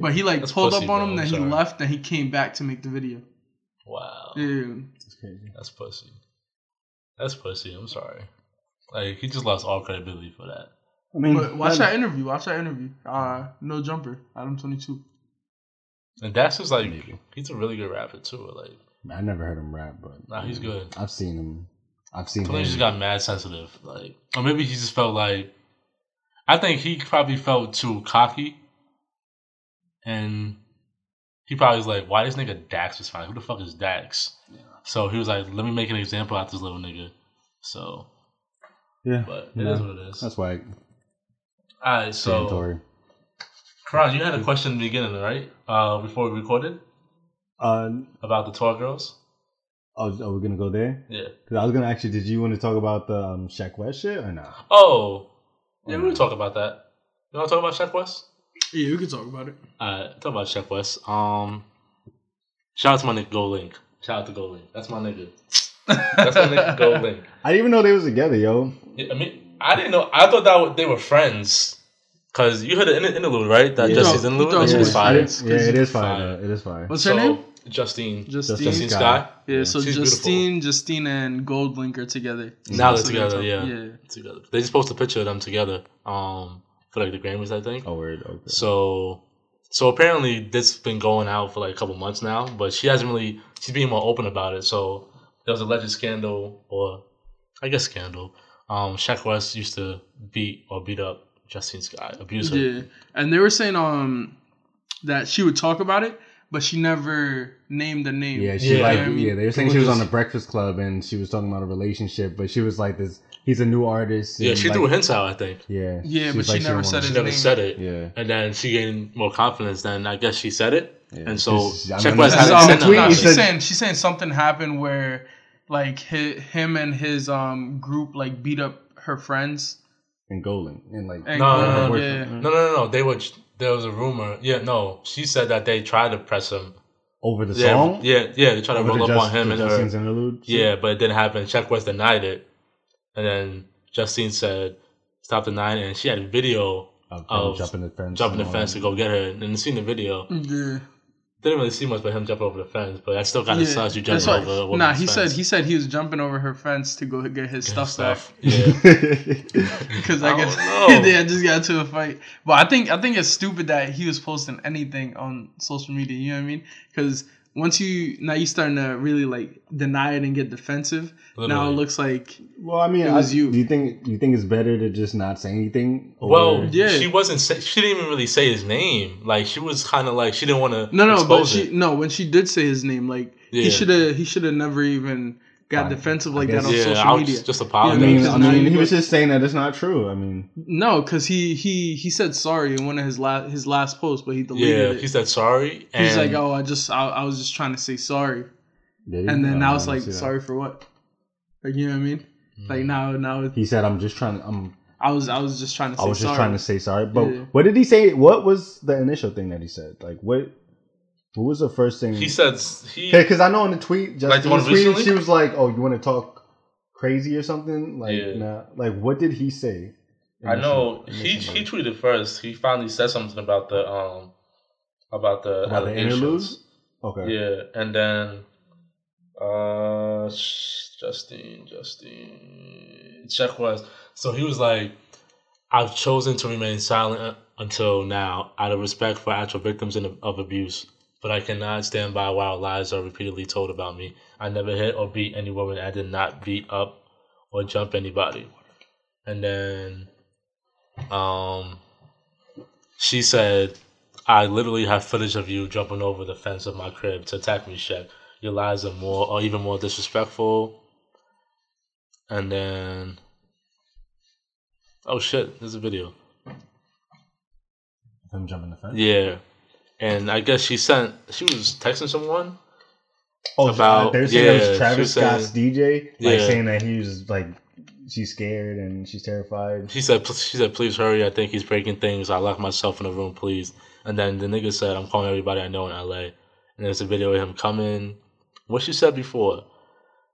but he like
That's
pulled
pussy,
up on
bro.
him,
I'm
then he
sorry.
left, then he came back to make the video.
Wow.
Yeah.
That's crazy.
That's pussy. That's pussy. I'm sorry. Like he just lost all credibility for that.
I
Mm,
mean,
But watch
that-
that interview. Watch that interview. Uh, no jumper. Adam twenty two.
And Dax is like
Maybe.
he's a really good rapper too. Like
I never heard him rap, but
Nah, he's good.
I've seen him. I've seen
Toy
him.
Lane just got mad sensitive. Like or maybe he just felt like I think he probably felt too cocky. And he probably was like, Why this nigga Dax was fine? Who the fuck is Dax? So he was like, Let me make an example out this little nigga. So
yeah,
but it
yeah.
is what it is.
That's why.
Alright,
So,
so
Tory.
Karan, you had a question in the beginning, right? Uh before we recorded
Uh,
about the tall girls?
oh, are we gonna go there?
Yeah.
Because I was gonna actually. Did you want to talk about the um, Shaq West shit or not?
Oh, yeah,
Mm.
we were talking about that. You want to talk about Shaq West?
Yeah, we could talk about it.
Uh, talk about Shaq West. Um, shout out to my nigga Go Link. Shout out to Go Link. That's my nigga. That's my nigga Go Link.
I didn't even know they was together, yo.
Yeah, I mean, I didn't know. I thought that wa- they were friends. Cause you heard the inter- interlude, right? That
Yeah.
Justine's
No,
interlude.
no,
That shit was
yeah.
fire.
it is- yeah, it is fire.
Fire.
though. It is fire.
What's
So,
her name?
Justine.
Justine.
Justine
Sky.
Sky.
Yeah. So
She's
Justine, Justine, and Goldlink are together.
Now they're
So
together. Yeah.
Yeah.
Together. They just posted a picture of them together. Um, for like the Grammys, I think.
Oh, word. Okay.
So, so apparently this been going out for like a couple months now, but she hasn't really. She's being more open about it. So there was a alleged scandal, or I guess scandal. Um, Shaq West used to beat or beat up uh, Justine Sky, abuse her.
Yeah. And they were saying um that she would talk about it, but she never named the name.
Yeah, she
Yeah,
like
I
mean,
yeah. They were saying
people
she was on
just-
the Breakfast Club and she was talking about a relationship, but she was like this. He's a new artist.
Yeah,
and,
she
like,
threw hints out. I think
Yeah,
Yeah,
was
but she never
didn't
said
wanna-
she
His
never
name-
said it,
Yeah.
and then she gained more confidence. Then I guess she said it,
Yeah.
and so
She's- I
Shaq
mean,
West
that's
hasn't
all
No,
said
the tweet
nothing
no,
he
about it.
um, she's
said-
saying she's saying something happened where like hi him and his um group like beat up her friends.
And Golan and like
And
No, no,
her
no,
yeah.
boyfriend,
No, no, no, no. They were. There was a rumor. Yeah, no. She said that they tried to press him.
over the
Yeah,
song.
yeah, yeah. They tried to
Over
roll
the
up
Just-
on him
the
and her.
Justine's interlude. shit?
Yeah, but it didn't happen. Shaq West denied it. And then Justine said, stop denying it. And she had a video
Of,
Of
jumping the fence.
jumping the
and all
fence to
that.
go get her. And then seen the video.
Yeah.
Didn't really see much but him jumping over the fence, but that still kind of
Yeah,
sucks. You
that's
jumping
why-
over a woman's
Nah, he
fence.
said he said he was jumping over her fence to go get his stuff, back
Yeah.
because
I
I
don't
guess
know.
they had just got to a fight. But I think I think it's stupid that he was posting anything on social media. You know what I mean? Because once you now you starting to really like deny it and get defensive. Now it
Literally.
looks like
Well, I mean,
It was
I-
you.
Do you think you think it's better to just not say anything? Or-
Well,
Yeah.
she wasn't. Say, she didn't even really say his name. Like she was kind of like she didn't want to.
no no but
expose
she
it.
no when she did say his name like he
Yeah.
should have he should have never even got
I-
defensive
I
like that
guess-
on
yeah,
social
I was
media.
just, just
I
apologize.
mean,
because
I
now
mean,
you
he was
look-
just saying that it's not true. I mean,
No, because he he he said sorry in one of his last his last post, but he deleted
yeah,
it.
he said sorry. And
He's like, oh, I just, I, I was just trying to say sorry,
did he?
and then
No,
I was
don't
like,
see that. Hmm.
sorry for what? Like, you know what I mean? Like now, now it-
He said, "I'm just trying. to I'm.
I was, I was just trying to say
I was
sorry.
just trying to say sorry." But
Yeah.
what did he say? What was the initial thing that he said? Like, what? What was the first thing?
he said he.
because I know in the tweet, just
Like the one recently?
she was like, "Oh, you want to talk crazy or something?" Like,
Yeah.
nah. Like, what did he say?
I know he
Initially.
he tweeted first. He finally said something about the um about the
About the
allegations.
interludes? Okay.
Yeah, and then Uh, sh- Justin, Justin, check was. So he was like, "I've chosen to remain silent uh, until now, out of respect for actual victims in, of abuse, but I cannot stand by while lies are repeatedly told about me. I never hit or beat any woman. I did not beat up or jump anybody." And then, um, she said, "I literally have footage of you jumping over the fence of my crib to attack me, Shaq." your lies are more or even more disrespectful. And then Oh shit, there's a video.
Him jumping the fence.
Yeah. And I guess she sent she was texting someone.
Oh,
About-
they're saying it
yeah,
was Travis
she said-
Scott's DJ, like
Yeah.
saying that he was like she's scared and she's terrified.
She said she said, Please hurry, I think he's breaking things. I locked myself in a room, please. And then the nigga said, I'm calling everybody I know in LA. And there's a video of him coming. What she said before.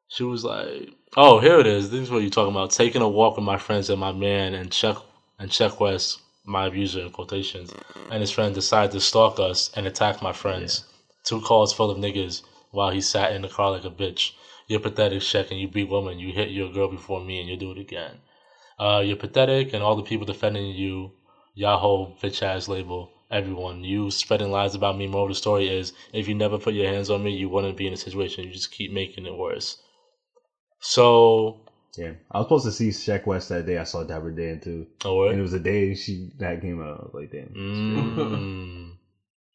She was like, Oh, here it is. This is what you're talking about. Taking a walk with my friends and my man and check and check West, my abuser in quotations, and his friend decided to stalk us and attack my friends. Two cars full of niggas while he sat in the car like a bitch. You're pathetic, Shaq, and you beat woman. You hit your girl before me, and you do it again. Uh, you're pathetic, and all the people defending you, Yahoo, bitch ass label, everyone. You spreading lies about me. More of the story is, if you never put your hands on me, you wouldn't be in a situation. You just keep making it worse. So,
Yeah, I was supposed to see Shaq West that day. I saw Dapper Dan too,
oh, what?
and it was the day she that came out. I was like, damn.
Mm.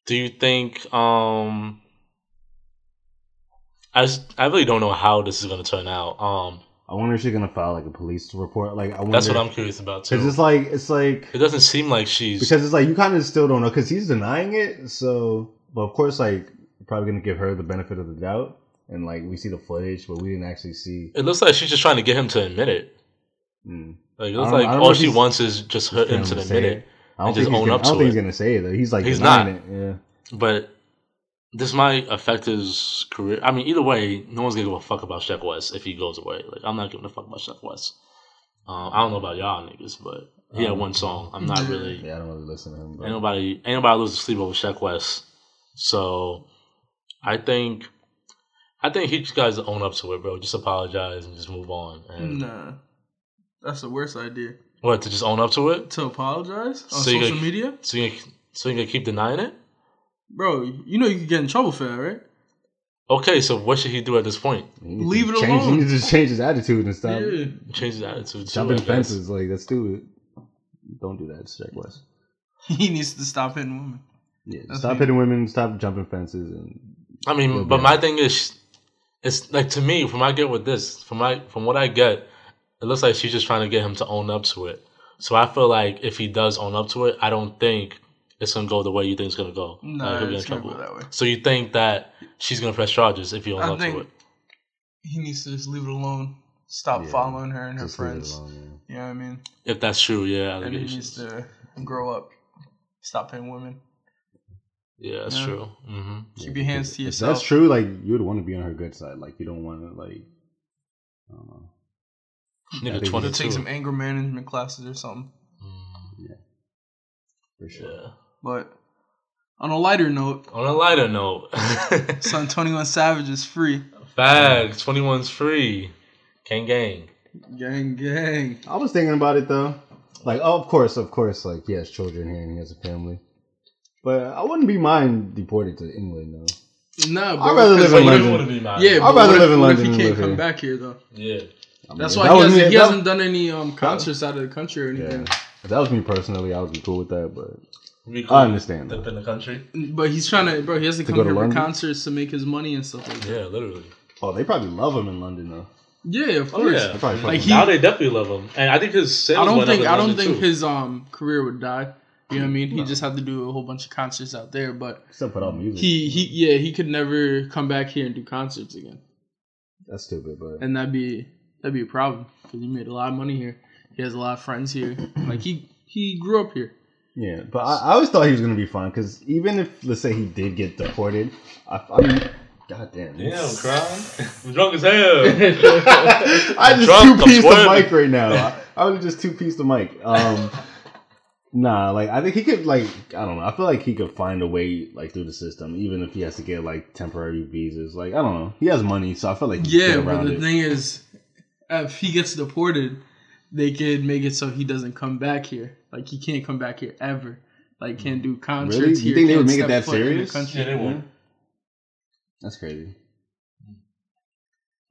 Do you think um I s- I really don't know how this is going to turn out. Um
I wonder if she's gonna file like a police report. Like, I wonder.
that's what I'm curious about
Because
too.
it's like it's like
it doesn't seem like she's
because it's like you kind of still don't know because he's denying it. So, but of course, like you're probably gonna give her the benefit of the doubt, and like we see the footage, but we didn't actually see.
it looks like she's just trying to get him to admit it.
Mm,
Like it
I
looks
don't-
like
I don't
all
know if
she
he's-
wants is just her, him
him
to
to
admit
say
it.
it. I don't
And just
think he's
own
gonna,
up
I don't
to
think
it.
he's gonna say it though. He's like
He's
denying it. Yeah.
But this might affect his career. I mean, either way, no one's gonna give a fuck about Shaq West if he goes away. Like, I'm not giving a fuck about Shaq West. Um, I don't know about y'all niggas, but he had
Um,
one song. I'm not really.
Yeah, I don't really listen to him. But
Ain't nobody, ain't nobody loses sleep over Shaq West. So, I think, I think he just guys own up to it, bro. Just apologize and just move on. And
Nah, that's the worst idea.
what to just own up to it?
To apologize on
So you
social
gotta-
media,
So you, gonna- so you gonna keep denying it?
bro. You know you could get in trouble for that, right?
Okay, so what should he do at this point?
he needs
Leave
to
it
change,
alone.
He needs to change his attitude and stop
yeah.
Change his attitude. too, I
jumping
guess.
fences. Like that's stupid. Don't do that, Shaq West.
He needs to stop hitting women.
Yeah,
That's
stop
me.
hitting women. Stop jumping fences. And
I mean,
Little
but
bit.
my thing is, it's like to me, from I get with this, from I from what I get, it looks like she's just trying to get him to own up to it. So I feel like if he does own up to it, I don't think it's gonna go the way you think it's gonna go.
Nah,
Like, he'll be in
it's gonna go
trouble.
that way.
So you think that she's gonna press charges if you own
I
up to
think-
it?
He needs to just leave it alone. Stop
Yeah,
following her and her
just leave it
friends.
alone, man.
You know what I mean?
If that's true, yeah,
And he needs
allegations.
to grow up. Stop hitting women.
Yeah, that's
Yeah.
true. hmm
Keep your hands to
If
yourself.
That's true. Like you would want to be on her good side. Like you don't want to like. I don't know. I think
Nigga,
he
twenty
Go
two.
take some anger management classes or something.
For sure.
Mm, Yeah.
But on a lighter note,
On a lighter note,
son Twenty One Savage is free.
facts. Twenty one's free. Gang gang.
Gang, gang.
I was thinking about it though. Like, oh, of course, of course. Like he has children here and he has a family. But I wouldn't be mind deported to England though.
No,
I'd rather live in
But you
London.
want to be mad.
Yeah, but
rather
what if-
live in
what if
London
He
and
can't
live
come
here.
back here though.
yeah.
I mean,
That's
if
why
that
he
was
hasn't,
me-
he
if that-
hasn't done any um, concerts out of the country or anything.
Yeah. If that was me personally, I would be cool with that. But
We
I understand
Up
that.
in the country.
But he's trying to, bro. He has to,
go
come
to
here for
London?
concerts to make his money and stuff like that.
Yeah, literally.
oh, they probably love him in London though.
Yeah, of
Oh
course.
yeah.
They probably
Like
fucking-
he-
now they definitely love him, and I think his sales.
I don't
went up
think
in
I don't
London,
think
too.
his um career would die. You know what I mean? He just have to do a whole bunch of concerts out there, but
still put out music.
he he yeah he could never come back here and do concerts again,
That's stupid, but
and that'd be that'd be a problem because he made a lot of money here. He has a lot of friends here. Like he he grew up here.
yeah. But I, I always thought he was gonna be fine because even if let's say he did get deported, I, I mean, goddamn.
Yeah, I'm crying. I'm drunk as hell.
I just
Drunk,
two piece the
I'm swerving.
mic right now. I, I would have just two piece the mic. Um, Nah, like I think he could like I don't know. I feel like he could find a way like through the system, even if he has to get like temporary visas. Like I don't know. He has money, so I feel like he could
Yeah,
get
but
around
the
it.
thing is, if he gets deported, they could make it so he doesn't come back here. Like he can't come back here ever. Like can't do concerts
Really? You
here.
think they
can't
would make
step
it that
foot in the
serious?
country.
Yeah, they would.
That's crazy.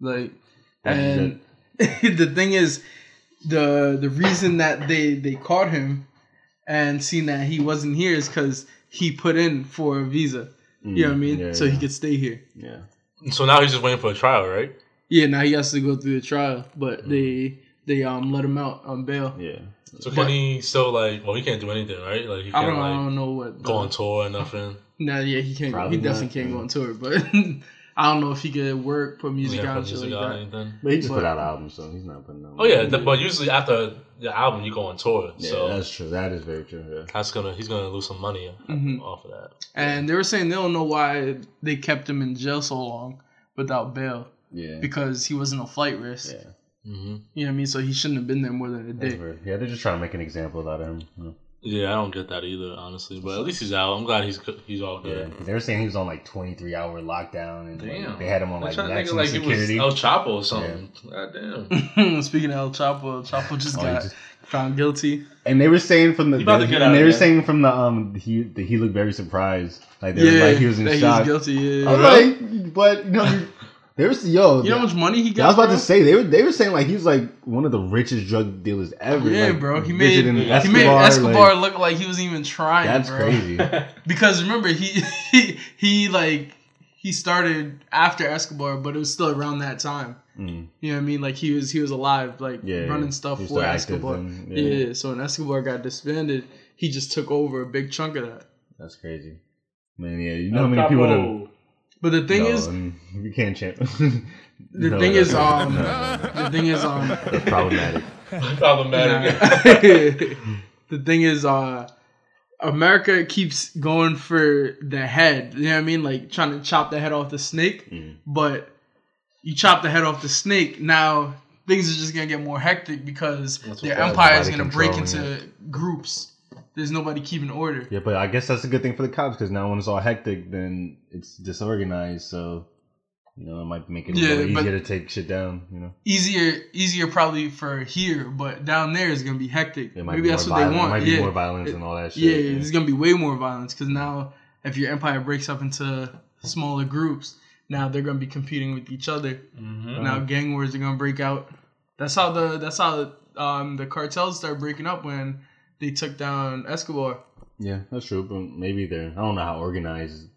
Like
That's
and the thing is, the the reason that they they caught him and seen that he wasn't here is because he put in for a visa. You know what I mean?
mm, Yeah,
so
yeah.
he could stay here.
Yeah.
So now he's just waiting for a trial, right?
Yeah, now he has to go through the trial, but they they um let him out on bail.
Mm. Yeah.
So
But-
can he still like? Well, he can't do anything, right? Like he
I
can't
don't, I
like
don't know what
go
the-
on tour or nothing.
No, yeah, he can't.
Probably
he definitely
not.
can't go on tour, but I don't know if he could work, put music
Yeah,
out,
put
and shit
music
like
out or
that.
anything.
But he just put
But-
out an album, so he's not putting out.
Oh yeah, th- but usually after the album, you go on tour,
Yeah,
so
that's
that's,
true. That is very true. Yeah.
gonna he's gonna lose some money
Mhm.
off of that.
And they were saying they don't know why they kept him in jail so long without bail
Yeah.
because he wasn't a flight risk.
Yeah.
hmm
You know what I mean? So he shouldn't have been there more than a
That's
day.
weird. Yeah, they're just trying to make an example out of him. Yeah.
Yeah, I don't get that either, honestly. But at least he's out. I'm glad he's co- he's all
Yeah,
good.
'cause they were saying he was on like 23 hour lockdown, and like,
Damn,
they had him on
They're
like
trying to think
maximum
of, like he was
security.
El Chapo or something. God damn,
Speaking of El Chapo, El Chapo just
Oh, he
got
just-
found guilty.
and they were saying from the
He about to get
and
out,
they were
yeah.
saying from the um he that he looked very surprised, like they
yeah,
were like he was in
that
shock.
he was guilty. Yeah,
I was like, but you know, there was yo.
you know how much money he
I
got?
was about
bro?
to say they were they were saying like he's like one of the richest drug dealers ever.
Yeah,
like,
bro. He
richer
made
than
he made
like,
Escobar look like he was even trying.
that's
bro.
crazy.
Because remember, he he he like he started after Escobar, but it was still around that time.
Mm,
You know what I mean? Like he was he was alive, like
yeah,
running stuff
he was
for
still active
Escobar.
then,
yeah. So when Escobar got disbanded, he just took over a big chunk of that.
that's crazy. Man, yeah, you know how many people done
But the thing
No,
is,
and you can't champ.
the
No,
thing is,
that's-
um,
no, no, no.
the thing is, um,
That's problematic.
problematic.
the thing is, uh, America keeps going for the head. You know what I mean? Like trying to chop the head off the snake,
Mm.
but you chop the head off the snake. Now things are just gonna get more hectic because
That's
their
what-
empire is
nobody
gonna break
controlling
into groups. There's nobody keeping order.
Yeah, but I guess that's a good thing for the cops because now when it's all hectic, then it's disorganized. So you know, it might make it a
Yeah,
little
but-
easier to take shit down. You know,
Easier, easier probably for here, but down there is gonna be hectic.
it might
Maybe
be
that's what
more
they
violent-
want.
It might be
yeah.
more violence and all that shit.
yeah, there's gonna be way more violence because now if your empire breaks up into smaller groups, now they're gonna be competing with each other.
Mm-hmm. Uh-huh.
Mhm.
Now gang wars are gonna break out. That's how the that's how um, the cartels start breaking up when they took down Escobar.
Yeah, that's true. But maybe they're I don't know how organized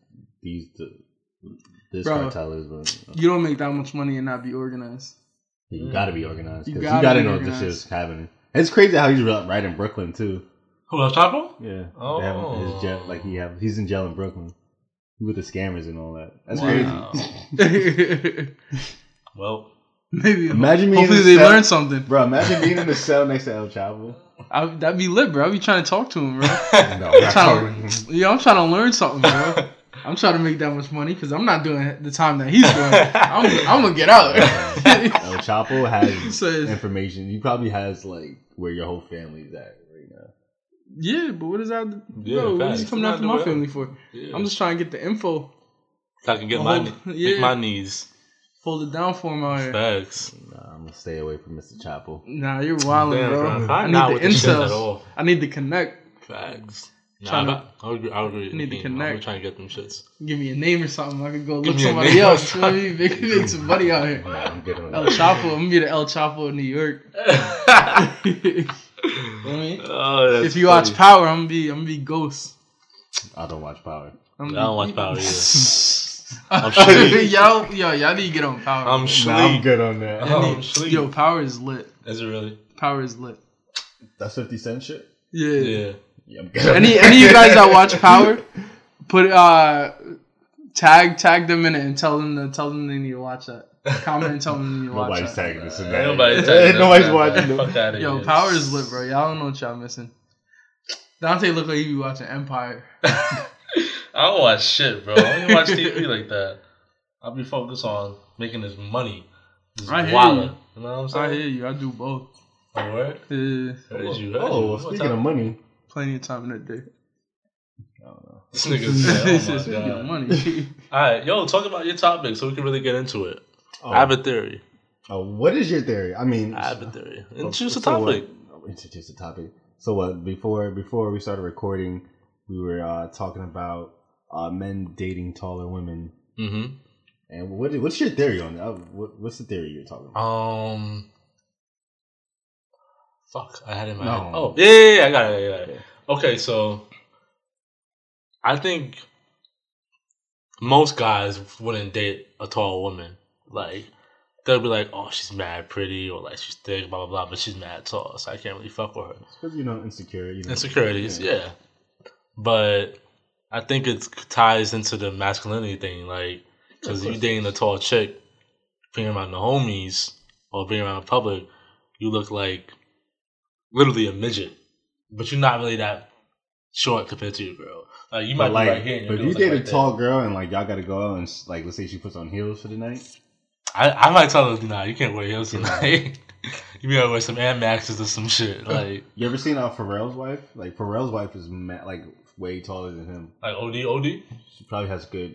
these the, this
Bro.
cartel is, but uh,
You don't make that much money and not be organized.
you gotta be organized.
You
'cause You gotta,
gotta be
know this
organized.
shit's happening. It's crazy how he's right right in Brooklyn too.
Who El Chapo?
Yeah. They have him in
Oh.
his jail, like he have he's in jail in Brooklyn. He with the scammers and all that. That's
Wow.
crazy.
Maybe
Well,
Imagine me in
hopefully
the
they
cell-
learned something.
Bro, imagine being in the cell next to El Chavo.
I, that'd be lit, bro. I'd be trying to talk to him, bro.
No, I'm not
Tyler.
sorry.
Yo, I'm trying to learn something, bro. I'm trying to make that much money because I'm not doing the time that he's doing. I'm, I'm gonna get out.
El Chapo has
Says-
information. He probably has like where your whole family's at right now.
yeah, but what is that?
Yeah,
bro, what
facts.
is he coming
Not
after
the
my
way.
family for?
yeah.
I'm just trying to get the info,
I can get
the
my
whole-
make
yeah.
my knees.
hold it down for him out here.
Facts.
Nah, I'm gonna stay away from Mr. Chapo.
Nah, you're wilding,
Damn,
bro.
bro.
I
I'm not
need
with
the
the shits at
incels.
all.
I need to connect.
Facts. Nah,
Tryna-
but I, agree. I agree.
Need to
I'm
connect.
trying to get them shits.
Give me a name or something. I could go
Give
look
me a
somebody
name or
else. You know what I mean? Make, make some money out here.
Nah, I'm good on
El
that.
Chapo. I'm gonna be the El Chapo of New York. You know what I mean?
Oh, that's
if you
funny.
watch Power, I'm gonna be I'm gonna be Ghost.
I don't watch Power.
I'm
I don't watch Power either.
I'm
sure.
y'all, yo, y'all need to get on Power.
I'm
Nah, I'm
sleep.
good on that. Oh,
Y'all
I'm
need-
sleep.
yo, Power is lit.
Is it really?
Power is lit.
That's 50 Cent shit?
Yeah.
Yeah.
Yeah, I'm good on
Any
that.
any of you guys that watch Power, put uh tag tag them in it and tell them to tell them they need to watch that. Comment and tell them they need to watch
Nobody's
that.
tagging this in that.
Ain't nobody taking
Nobody's
that.
watching
Fuck
them.
outta
Yo,
here.
Power is lit, bro. Y'all don't know what y'all missing. Dante look like he be watching Empire.
I don't watch shit, bro. I don't even watch TV like that. I'll be focused on making this money. This
I hear you.
wallet. You know what I'm
I
saying?
hear you. I do both.
I hear you.
Yeah.
Heard you. heard you.
Oh,
What
speaking
time-
of money,
plenty of time in a day.
This nigga's
this
yeah,
is
oh my
your
God.
money.
All right, yo, talk about your topic so we can really get into it.
Oh.
I have a theory.
Uh, what is your theory? I mean,
I have a theory.
so-
And choose a
so what-
topic.
oh, introduce a topic. So what? Before before we started recording, we were uh, talking about uh, men dating taller women.
Mm-hmm.
And what what's your theory on that? Uh, What, what's the theory you're talking about?
Um. Fuck, I had it in my
No.
head. Oh, yeah, yeah, yeah, I got it. yeah, yeah, yeah. Okay, so I think most guys wouldn't date a tall woman. Like they'll be like, "Oh, she's mad pretty," or like she's thick, blah blah blah, but she's mad tall, so I can't really fuck with her.
Because you know insecure. You know,
insecurities yeah but i think it ties into the masculinity thing like because you dating a tall chick being around the homies or being around the public you look like literally a midget but you're not really that short compared to your girl like you might
But
be
like,
right here and your
but if you
girl's, like,
date a
right there.
tall girl and like y'all got to go out and s- like let's say she puts on heels for the night.
I, I might tell her nah you can't wear heels tonight you gotta wear some air maxes or some shit like
You ever seen uh, Pharrell's wife? Like Pharrell's wife is ma- like way taller than him.
like od od
She probably has a good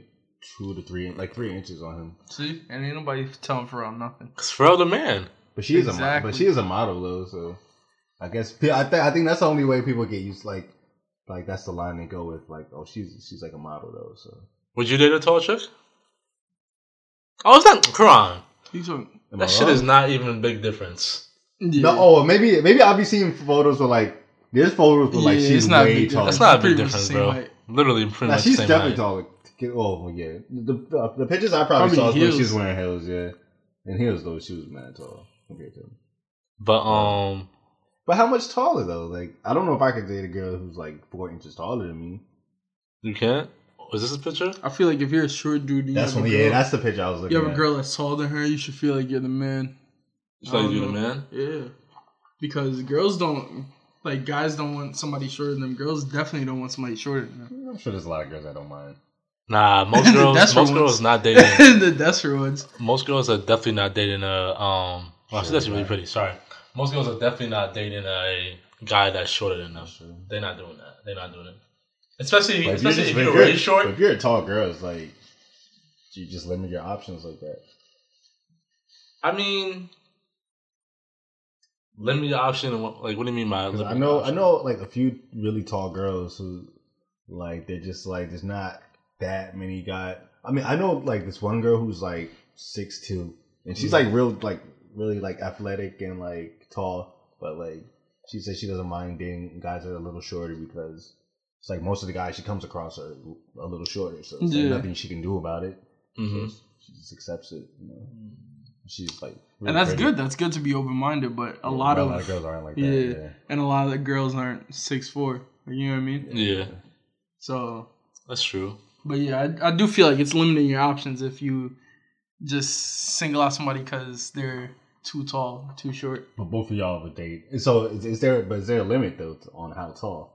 two to three, like three inches on him.
See, and ain't nobody telling Pharrell nothing.
because for the man
But she is a mo-
Exactly.
but she is a model though, so I guess pe- I think I think that's the only way people get used like like that's the line they go with like oh she's she's like a model though so
Would you date a tall chick? Oh, it's not Quran.
He's talking.
Am I
That shit
wrong?
is not even a big difference.
Yeah.
no oh maybe maybe I'll be seeing photos where like there's photos where like
Yeah,
she's
it's not a
way
big
taller.
That's not a big
pretty much
difference,
the
bro.
same height.
Literally, pretty
Nah,
much
she's
the same
definitely
height.
taller. Oh well, yeah, the uh, the pictures I
Probably
probably saw is when
heels.
she's wearing heels, yeah, and heels though she was mad tall compared to him.
But um,
But how much taller though? Like I don't know if I could date a girl who's like four inches taller than me.
you can't. Was this a picture?
I feel like if you're a short dude, and you
That's
have
what,
a
yeah,
girl,
that's the picture I was looking.
you have
at.
a girl that's taller than her. You should feel like you're the man.
It's
I
like
don't
Um,
you the
know.
man.
Yeah, because girls don't like guys don't want somebody shorter than them. Girls definitely don't want somebody shorter than them.
I'm sure there's a lot of girls that don't mind.
Nah, most girls,
That's
most
for
girls
once.
not dating.
the desperate ones.
most girls are definitely not dating a um. Wow, she's
Sure,
actually really
right.
pretty. Sorry. Most girls are definitely not dating a guy that's shorter than them. They're not doing that. They're not doing it. Especially,
But
especially
just-
if
but
you're already short.
but if you're a tall girl, it's like you just limit your options like that.
I mean, limit your option. and what- Like, what do you mean by
'Cause
limit?
I know,
your
I
option?
know, like a few really tall girls who, like, they're just like there's not that many guy. I mean, I know like this one girl who's like six two, and she's like real, like really like athletic and like tall, but like she says she doesn't mind dating guys that are a little shorter because it's like most of the guys she comes across are a little shorter, so it's
Yeah.
like nothing she can do about it.
Mhm.
She just accepts it. You know? She's like, really
Mm. and that's
pretty.
good. That's good to be open minded. But a
Yeah,
lot
but
of,
girls aren't like that.
yeah,
Yeah.
and a lot of the girls aren't six four. You know what I mean?
Yeah,
So,
that's true.
but yeah, I, I do feel like it's limiting your options if you just single out somebody because they're too tall, too short.
But both of y'all would date. And So is, is there? But is there a limit though to- on how tall?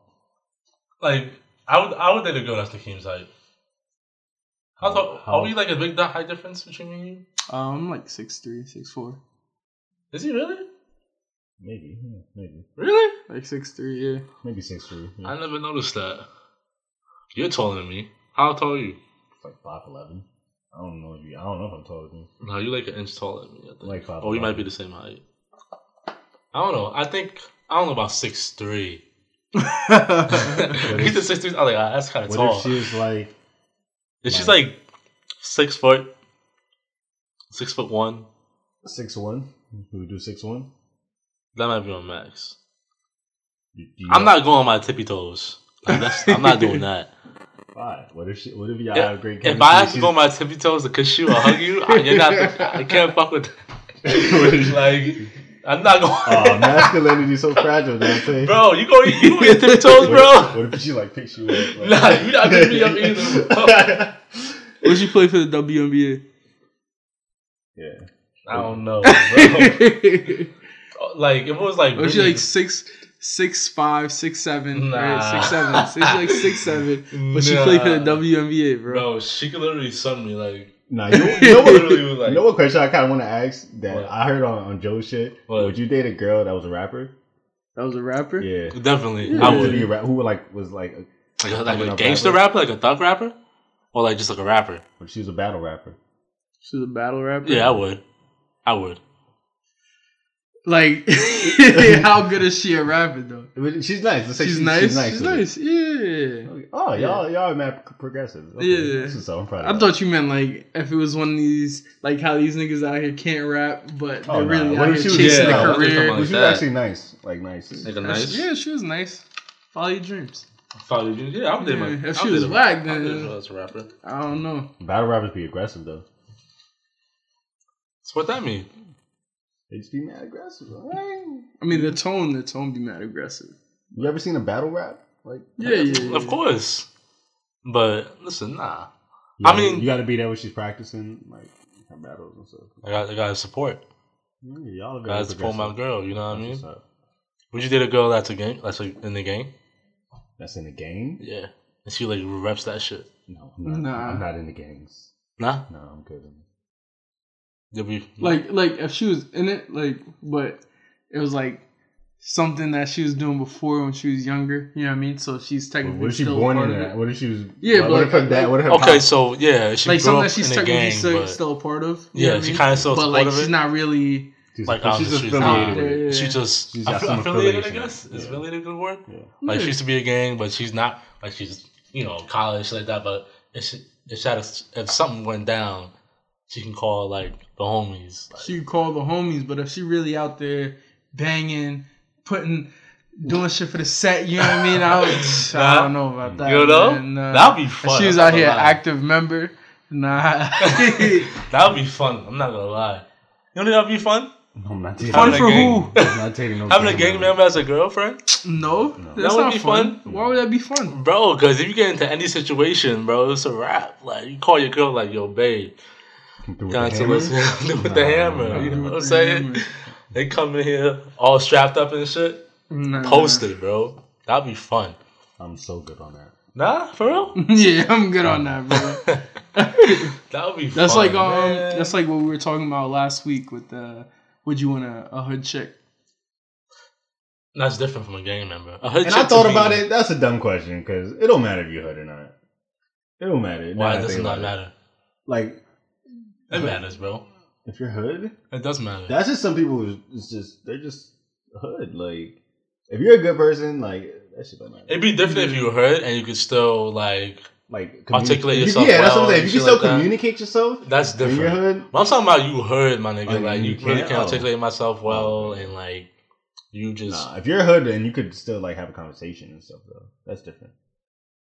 Like, I would, I would date a girl that's Nikim's height. How tall?
How-
Are we like a big di- height difference between me and you?
Um, like six three, six four,
Is he really?
Maybe, yeah, maybe,
Really?
like six three. Yeah,
maybe six three.
I never noticed that. You're taller than me. How tall are you?
like five eleven. I don't know if you. I don't know if I'm taller than you.
No, you're like an inch taller than me. I think.
Like five
or we might
eleven.
be the same height. I don't know. I think I don't know about six three. He's the six three. I'm like, ah, that's kind of
What
tall.
if she's like?
If she's like six foot, six foot one,
Six one. We would do six one.
that might be on max. I'm not going on my tippy toes. Like, that's, I'm not doing that.
Five. What if she? What if y'all
If-
have great chemistry?
If I have to
she's-
go on my tippy toes to kiss you or hug you, I, you're not. I can't fuck with. That. like, I'm not
Aw,
Oh.
going.
masculinity's Oh, so fragile. Don't say,
bro, you go. You with your tippy toes, bro.
What if she like picks you up? Like,
Nah, you not picking me up either. bro.
Would you play for the WNBA?
yeah.
I don't know, bro. Like, if it was like,
Or she
really-
like six, six five, six seven,
Nah.
right? Six seven. So she like six seven, but she played for the
Nah.
WNBA, bro.
bro, she could literally sun me. Like,
Nah, you, you know what?
Literally was like-
you know what question I kind of want to ask that
What?
I heard on, on Joe's shit.
What?
Would you date a girl that was a rapper?
That was a rapper.
Yeah.
Definitely,
I
I
would be
would.
a rap- who like was like
Like, a-
Like
like
a
a gangster rapper, like a thug rapper, or like just like a rapper.
a- she was a battle rapper.
She was a battle rapper.
Yeah, I would. I would.
Like, how good is she at rapping though?
I mean, She's nice. Let's say
She's
she-
nice. She's nice.
with it.
Yeah.
Oh, y'all, y'all are mad progressive. Okay.
Yeah.
This is so I'm proud.
I
of
thought you meant like if it was one of these like how these niggas out here can't rap, but
Oh,
they're
nah.
really
What
out
if
here
she was-
chasing
yeah,
a
what if they
career.
that.
come like
She was
that.
actually nice. Like nice.
Like a
That's-
nice.
Yeah, she was nice. Follow your dreams.
Follow you. Yeah, I'm
Yeah,
my.
if
I
she
did
was
a-
whack,
I did
then-
her as a rapper.
I don't know.
Battle rappers be aggressive though.
So what that mean?
They just be mad aggressive. Alright.
I mean, the tone, the tone be mad aggressive.
You ever seen a battle rap? Like
Yeah, yeah. yeah.
Of course. But listen, nah.
you gotta-
mean-
you got to be there when she's practicing like her battles and stuff.
I got, I got support.
Yeah, y'all are
I got to support my
progressive.
girl. You know what I
That's
mean?
what's up.
Would you date a girl that's a game? That's like in the game?
That's in the game.
Yeah. And she like reps that shit.
No, I'm not,
Nah.
I'm not in the games.
Nah.
No, I'm good.
Did we
Like, like if she was in it, like, but it was like something that she was doing before when she was younger. You know what I mean? So she's technically
What if she
still
born
a part
in
of
that?
it.
What if she was?
Yeah,
what,
but
what if her
like-
dad? What if her
Okay,
pop-
so yeah, she
Like
grew
something
up
that she's
in the
technically
game,
still,
but
still a part of. you know
yeah,
what I
she
mean?
kind of still
But like,
supportive
she's
of it.
not really.
she's,
like, um,
she's
she's
affiliated
not-
with it.
Yeah.
She just
She's got
aff-
some
affiliated, I
affiliation.
guess. Is
Yeah.
affiliated a good word?
Yeah.
Like
Yeah.
she used to be a gang, but she's not. Like she's you know college shit like that. But if she, if, she had a, if something went down, she can call like the homies. Like,
She called the homies, but if she really out there banging, putting, doing shit for the set, you know what I mean? I, would, I don't know about that.
you know
man. Nah.
that'd be
If
fun.
she was
I'm
out
not
here
gonna lie.
active member. Nah,
that'd be fun. I'm not gonna lie. You know that'd be fun?
No, I'm not dating.
Fun
no
for
gang.
who?
I'm not dating no
Having a gang member as a girlfriend,
no,
That
that's
would
not
be
fun. Why would that be fun?
bro. Because if you get into any situation, bro, it's a wrap. Like you call your girl, like yo, babe,
Come through with
got
the
into
hammer?
what's happening with the
Nah,
hammer.
nah.
you know what I'm saying? They come in here all strapped up and shit.
Nah.
Posted, bro. That'd be fun.
I'm so good on that.
Nah, for real.
yeah, I'm good on that, bro.
That would be.
That's
fun,
like um,
man.
that's like what we were talking about last week with the. Would you want a, a hood chick?
That's different from a gang member. A
And I thought about it. That's a dumb question because it don't matter if you hood or not. It don't matter. Now
Why it
I
does
think
not
about
matter?
it. Like
It matters, bro.
if you're hood,
It does matter.
that's just some people. who's It's just they're just hood. Like if you're a good person, like that shit don't matter.
It'd be different if you were hurt and you could still like.
like
Articulate
communi- if you-
yourself
Yeah, that's what
well
I'm saying.
and
If you
shit
can still
like that.
communicate yourself
That's
in your
different.
hood,
But I'm talking about you heard, my nigga.
Oh,
like
you
you, really
can't-
can't
oh.
articulate myself well,
okay.
and like you just
nah, if you're a hood, then you could still like have a conversation and stuff. Though that's different.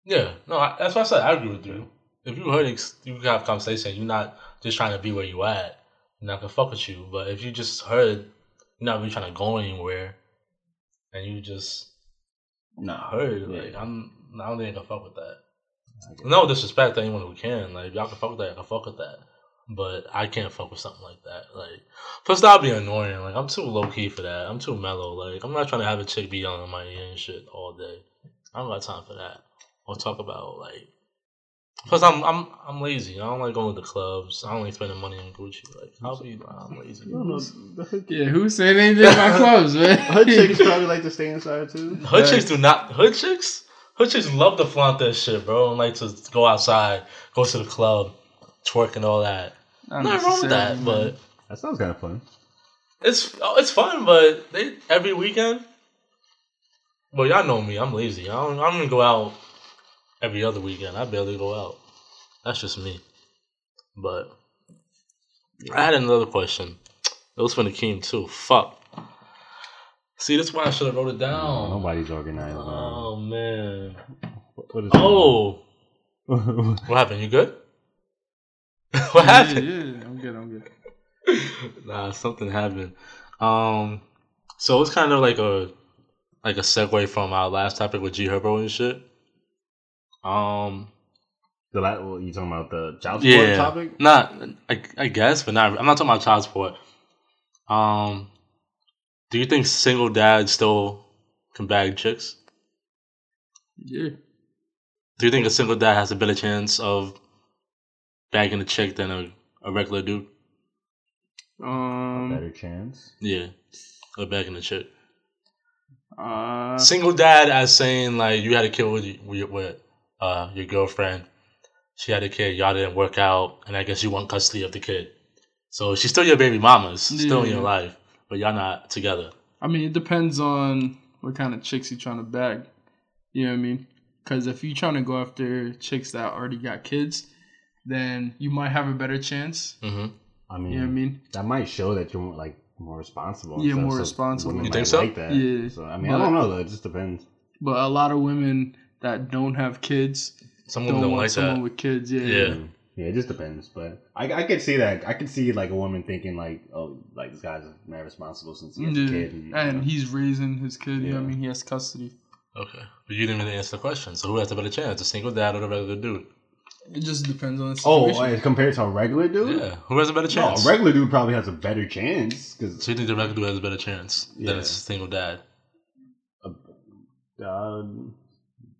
yeah. No, I, that's what I said. I agree with you. If you heard, ex- you can have conversation. You're not just trying to be where you at, and I can fuck with you. But if you just heard, you're not really trying to go anywhere, and you just
Nah,
heard.
Yeah.
Like I'm, I don't think I can fuck with that.
I get it.
No disrespect to anyone who can. Like y'all can fuck with that, I can fuck with that. But I can't fuck with something like that. Like plus that'd be annoying. Like I'm too low key for that. I'm too mellow. Like I'm not trying to have a chick be yelling in my ear and shit all day. I don't got time for that. Or talk about like plus I'm I'm I'm lazy. I don't like going to clubs. I don't like spending money on Gucci. Like I'll be I'm lazy.
I don't know. The hood-
Yeah, who said anything about clubs, man?
hood chicks probably like to stay inside too.
Hood chicks do not. Hood chicks. Hood chicks love to flaunt that shit, bro, and like to go outside, go to the club, twerk and all that.
Not
Nothing wrong with that,
necessarily, man.
but
That sounds kind of fun.
it's oh, it's fun. But they every weekend. Well, y'all know me. I'm lazy. I don't. I'm gonna go out every other weekend. I barely go out. That's just me. But I had another question. It was for Nakeem too. Fuck. See, that's why I should have wrote it down.
Nobody's organized. man.
Oh man.
What- what is-
Oh, what happened? You good? what happened?
Yeah, yeah, yeah, I'm good. I'm good.
Nah, something happened. Um, so it's kind of like a like a segue from our last topic with G Herbo and shit. Um,
the la- well, you talking about the child support
yeah,
topic?
not I, I guess, but not. I'm not talking about child support. Um, do you think single dads still can bag chicks?
Yeah,
Do you think a single dad has a better chance of bagging a chick than a, a regular dude?
um,
Better chance.
Yeah, or bagging a chick.
Uh-huh.
Uh,
Single dad as saying like you had a kid with y- with, with uh, your girlfriend. She had a kid. Y'all didn't work out, and I guess you want custody of the kid. So she's still your baby mama's, still in
Yeah.
your life, but y'all not together.
I mean, it depends on what kind of chicks you're trying to bag. You know what I mean? Because if you're trying to go after chicks that already got kids, then you might have a better chance.
Mm-hmm.
I mean,
You know what I mean?
that might show that you're more, like more responsible. and
Yeah,
stuff,
more
so
responsible.
women
You
might
think so?
Like that.
Yeah.
So I mean, I
But-
don't know though. It just depends.
But a lot of women that don't have kids
Some
don't,
women don't
want
like
someone
that.
with kids. Yeah.
Yeah.
Yeah, it just depends. But I, I could see that. I could see like a woman thinking like, oh, like this guy's not responsible since he has
Yeah.
a kid. And, you know.
And he's raising his kid. You know what I
Yeah.
mean? He has custody.
Okay, but you didn't really answer the question. So who has a better chance, the single dad or the regular dude?
It just depends on the
oh,
situation.
uh, compared to a regular dude.
Yeah, who has a better
No,
chance?
a regular dude probably has a better chance because
so you think the regular dude has a better chance than
Yeah.
a single dad?
um,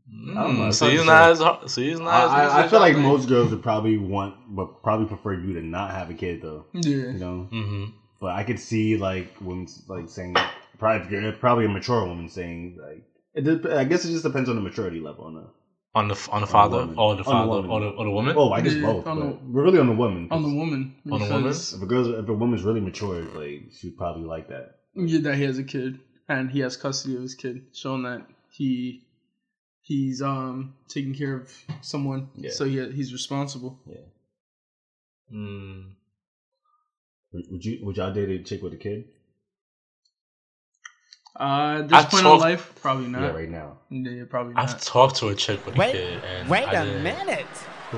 know,
Mm,
it's
so
hard
he's
to
not
say.
as hard. So he's not. as
I,
easy
I, I
as
feel
y'all
like
think.
most girls would probably want, but probably prefer you to not have a kid though.
yeah.
You know,
Mhm.
but I could see like women like saying probably probably a mature woman saying like. It dep- I guess it just depends on the maturity level. On the,
On the f- on the father
woman.
or the
On the
father
woman.
or the or the woman.
oh, I guess
Yeah,
both.
on
but
the-
we're really on the woman. 'cause
On the woman.
On the woman?
because-
If a girl's if a woman's really mature, like she'd probably like that.
Yeah, that he has a kid and he has custody of his kid, showing that he he's um taking care of someone,
Yeah.
so he he's responsible.
Mm,
Would would you? Would y'all date a chick with a kid?
Uh, at this
I've
point
talked-
in life, probably not.
Yeah,
Yeah,
right now.
probably not.
I've talked to a chick with a
Wait-
kid, and
Wait
I
a
didn't-
minute.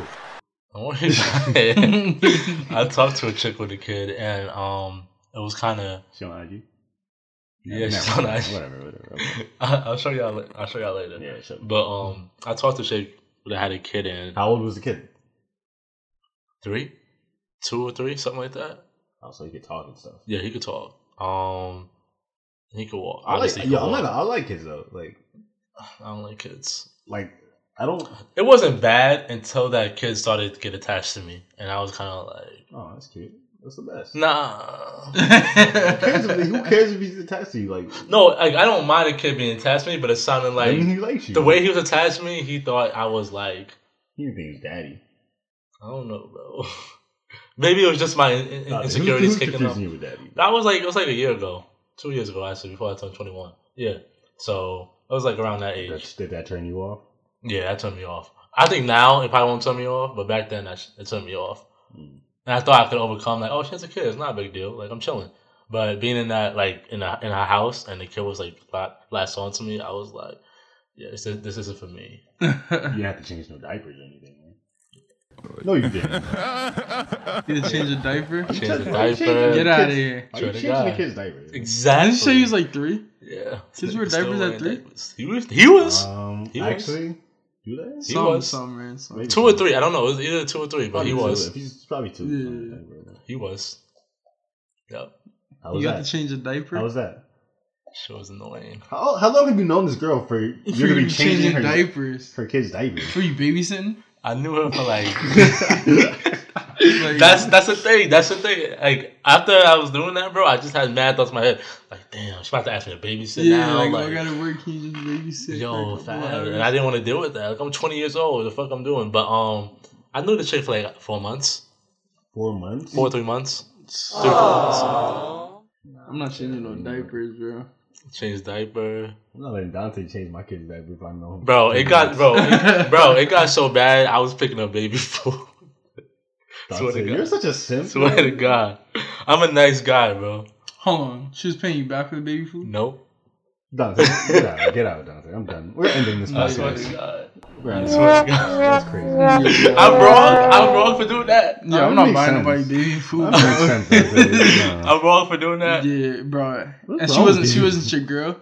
Don't worry about it. I talked to a chick with a kid, and um, it was kind of
She don't like you.
yeah.
Never
she's on
mind.
IG.
Whatever. Whatever. okay.
I- I'll show y'all. la- I'll show y'all later.
Yeah. Sure.
But um, I talked to a chick that had a kid in
How old was the kid?
three, two or three, something like that.
Oh, so he could talk and stuff.
Yeah, he could talk. Um, he could walk.
I like.
Obviously, he
Yeah,
could
I'm
walk.
not. I like kids though. Like,
I don't like kids.
like I don't.
It wasn't bad until that kid started to get attached to me, and I was kind of like,
Oh, that's cute. That's the best.
nah.
Who cares if- who cares if he's attached to you? Like,
no, like I don't mind a kid being attached to me, but it sounded
I
like
mean, he likes you.
the way he was attached to me, he thought I was like,
he thinks he's daddy.
I don't know, bro. Maybe it was just my in- in-
Nah, who's-
insecurities
who's
kicking up.
confusing you with daddy.
That was like it was like a year ago, two years ago actually, before I turned twenty one. Yeah, so it was like around that age.
That- Did that turn you off?
Yeah, that turned me off. I think now it probably won't turn me off, but back then that sh- it turned me off.
Mm.
And I thought I could overcome like, oh, she has a kid. It's not a big deal. Like I'm chilling. But being in that like in a, in her house and the kid was like la- last on to me, I was like, yeah, this, is- this isn't for me.
You didn't have to change no diapers or anything. Right? No, you didn't.
Either change a diaper.
Change
Change-
the
why you changing
diaper.
the
Get out of
kids-
here.
why you
Swear to
changing the
God.
kids' diapers?
Exactly.
Didn't you say he was like three?
yeah.
Kids
Nigga
wear
still
diapers at
wearing
three?
diapers. He was. He was
Um,
He was.
actually, do that.
He
some,
was.
some man. Some.
Maybe
two or three. I don't know. It was either two or three, but
Probably
he
Oh, two.
was.
If he's probably two.
Yeah.
He was. Yep.
How was
You got to
that?
change a diaper.
How was that?
She was annoying.
How, how long have you known this girl for you're
If
gonna be changing her
diapers.
her kids' diapers?
Free babysitting.
I knew her for like.
Like,
That's that's the thing. That's the thing. Like after I was doing that, bro, I just had mad thoughts in my head. Like, damn, she's about to ask me to babysit
yeah,
now.
like,
Like,
I gotta work. Can you just babysit?
yo,
for a couple
fam.
hours?
And I didn't want to deal with that. Like, I'm 20 years old. The fuck I'm doing? But um, I knew the chick for like four months,
Four months.
four or three months. Three,
I'm not changing no diapers, bro.
Changed diaper,
I'm not letting Dante change my kids' diapers if I know him.
bro. It got bro, it- bro. It got so bad. I was picking up baby food. swear to
Dante,
God.
you're such a simp.
Swear to God, I'm a nice guy, bro.
Hold on. She was paying you back for the baby food?
Nope.
Dante, get out, get out, Dante. I'm done. We're ending this
I swear to
podcast.
God.
We're ending
I
this
swear to
podcast.
God.
That's crazy.
I'm wrong. I'm wrong for doing that.
Yeah, I'm
that
not
makes
buying
sense.
nobody baby food,
That
bro.
makes sense. Dante. No.
I'm wrong for doing that.
Yeah, bro.
What's
and she
wrong
wasn't
with
she
you?
wasn't your girl.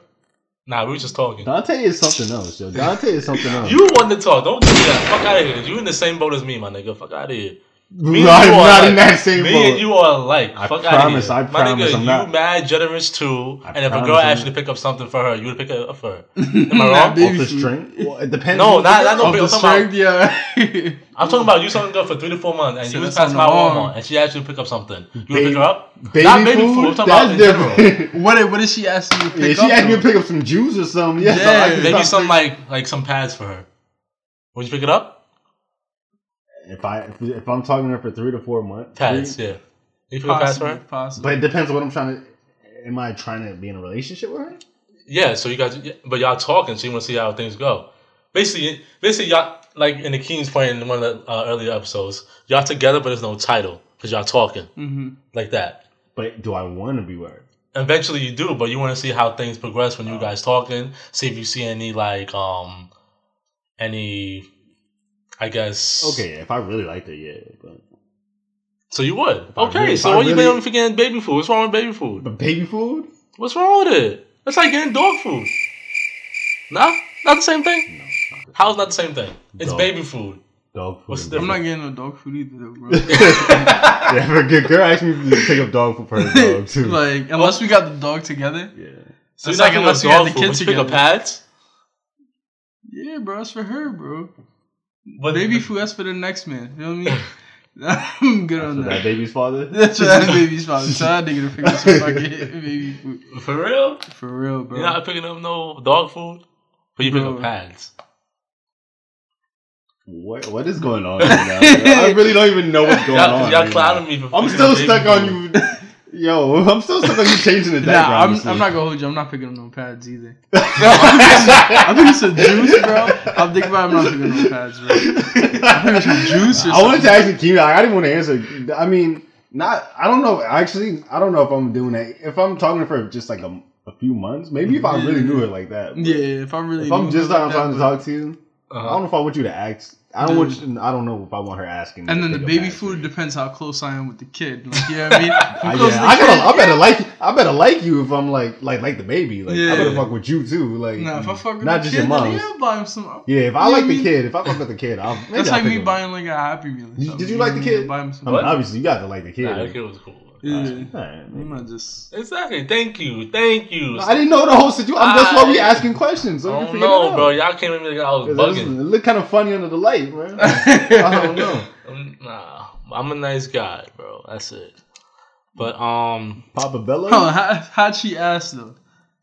Nah, we were just talking.
Dante is something else, yo. Dante is something else.
You want to talk? Don't do that. Fuck out of here. You in the same boat as me, my nigga. Fuck out of here. Me and
not,
you are
not
alike.
in that same
Me
boat.
and you are alike.
I
Fuck
promise,
out
I
of here. My
promise
nigga,
I'm
you
not-
mad generous too.
I
and if a
promise
girl
I'm-
asked you to pick up something for her, you would pick it up for her. Am I
Nah,
wrong?
baby.
Off the string? Well, it depends.
No,
on
not-
the
not no
girl.
Of
big-
Oh, the
I'm talking
strength, yeah.
I'm talking about you selling girl for three to four months, and
So
you was
that's
past
on
my
the
one
arm.
month, and she asked you to pick up something. You would
Baby-
pick her up?
Baby
not baby food.
food,
I'm talking
that's
about in general.
different.
what, did- what did she ask you to
yeah,
pick
she
up?
asked me to
though?
pick up some juice or something. Yeah,
Yeah,
so I could
Maybe
stop
some
thinking-
like like some pads for her. Would you pick it up?
If I if, if I'm talking to her for three to four months,
Pads,
three-
yeah. You pick up pads for
Possibly,
her?
possibly.
But it depends on what I'm trying to. Am I trying to be in a relationship with her?
Yeah, so you guys, yeah, but y'all talking, so you want to see how things go. Basically, basically, y'all like in the King's point in one of the uh, earlier episodes, y'all together, but there's no title because y'all talking
Mhm.
like that.
But do I want to be with her?
Eventually, you do, but you want to see how things progress when you
Uh-huh.
guys talking. See if you see any like um any, I guess.
Okay, if I really liked her, yeah. But,
So you would.
I
Okay,
really- if
so
I
what you
really-
been forgetting baby food? What's wrong with baby food?
but baby food?
What's wrong with it? It's like getting dog food. Nah, not the same thing.
No, it's not.
How's not the same thing? It's
Dog.
baby food.
dog food?
What's
and
the-
baby
I'm not
food.
getting no dog food either, though, bro.
yeah, if a good girl asked me to pick up dog food for her dog too.
like, unless we got the dog together.
yeah,
So
It's
you're
like
not
unless
unless
you
you
had
dog
the
food.
kids
Would you pick up
together.
pads.
Yeah, bro, that's for her, bro.
But
Baby food, that's for the next man. You know what I mean? I'm good
that's
on
what that
that.
baby's father.
That's for that baby's father. So that nigga to pick up some fucking baby food.
for real,
For real, bro.
you're not picking up no dog food. But you pick
Bro.
up pads.
What what is going on? Right now? I really don't even know what's going
y'all
on.
y'all
right
clowning
now.
me for.
I'm
picking
still
up baby
stuck on
food.
you. Yo, I'm still stuck on you changing the
Nah,
background.
I'm, I'm not gonna hold you. I'm not picking up no pads either. I'm thinking some juice, bro. I'm thinking about I'm not picking up no pads, bro.
gonna
some juice or
I wanted to actually keep. Like, I didn't want to answer. I mean, not. I don't know. Actually, I don't know if I'm doing that. If I'm talking to her for just like a, a few months, maybe if I really knew her like that. but
Yeah, if I'm really.
If I'm
doing
just
like
not
that,
trying to
but-
talk to you, I
Uh-huh.
don't know if I want you to ask. I don't want. You, I don't know if I want her asking. me
And
to
then the
pick up
baby
after
food
you.
depends how close I am with the kid. Like, you know what I mean? If I'm
I,
close to
Ah, yeah,
the
I, gotta,
kid,
I better like I better like you if I'm like like like the baby like I better
Yeah.
fuck with you too like
Nah, if I fuck with
not
the
just
kid,
your mom
then yeah, I'll buy him some.
yeah if
You
I
know
like
what I
the
mean?
kid if I fuck with the kid I'll maybe
That's
I'll
like
pick
me
him.
buying like a Happy Meal. or
Did you-
something,
did you like
know
the
what I mean?
kid?
Buy him some.
I mean,
What?
obviously you got to like the kid
Nah, that
right?
kid was cool.
Yeah.
Alright,
I'm
maybe.
not just.
Exactly. Thank you. Thank you.
I didn't know the whole situation that's why we
I-
asking questions so we
I
can
don't
figure it
know,
out.
bro. Y'all came at me like I was
It doesn't-
bugging.
it looked kind of funny under the light man I don't know
Um, Nah, I'm a nice guy, bro. That's it. But um,
Papa Bello
Hold on, how, how'd she ask though?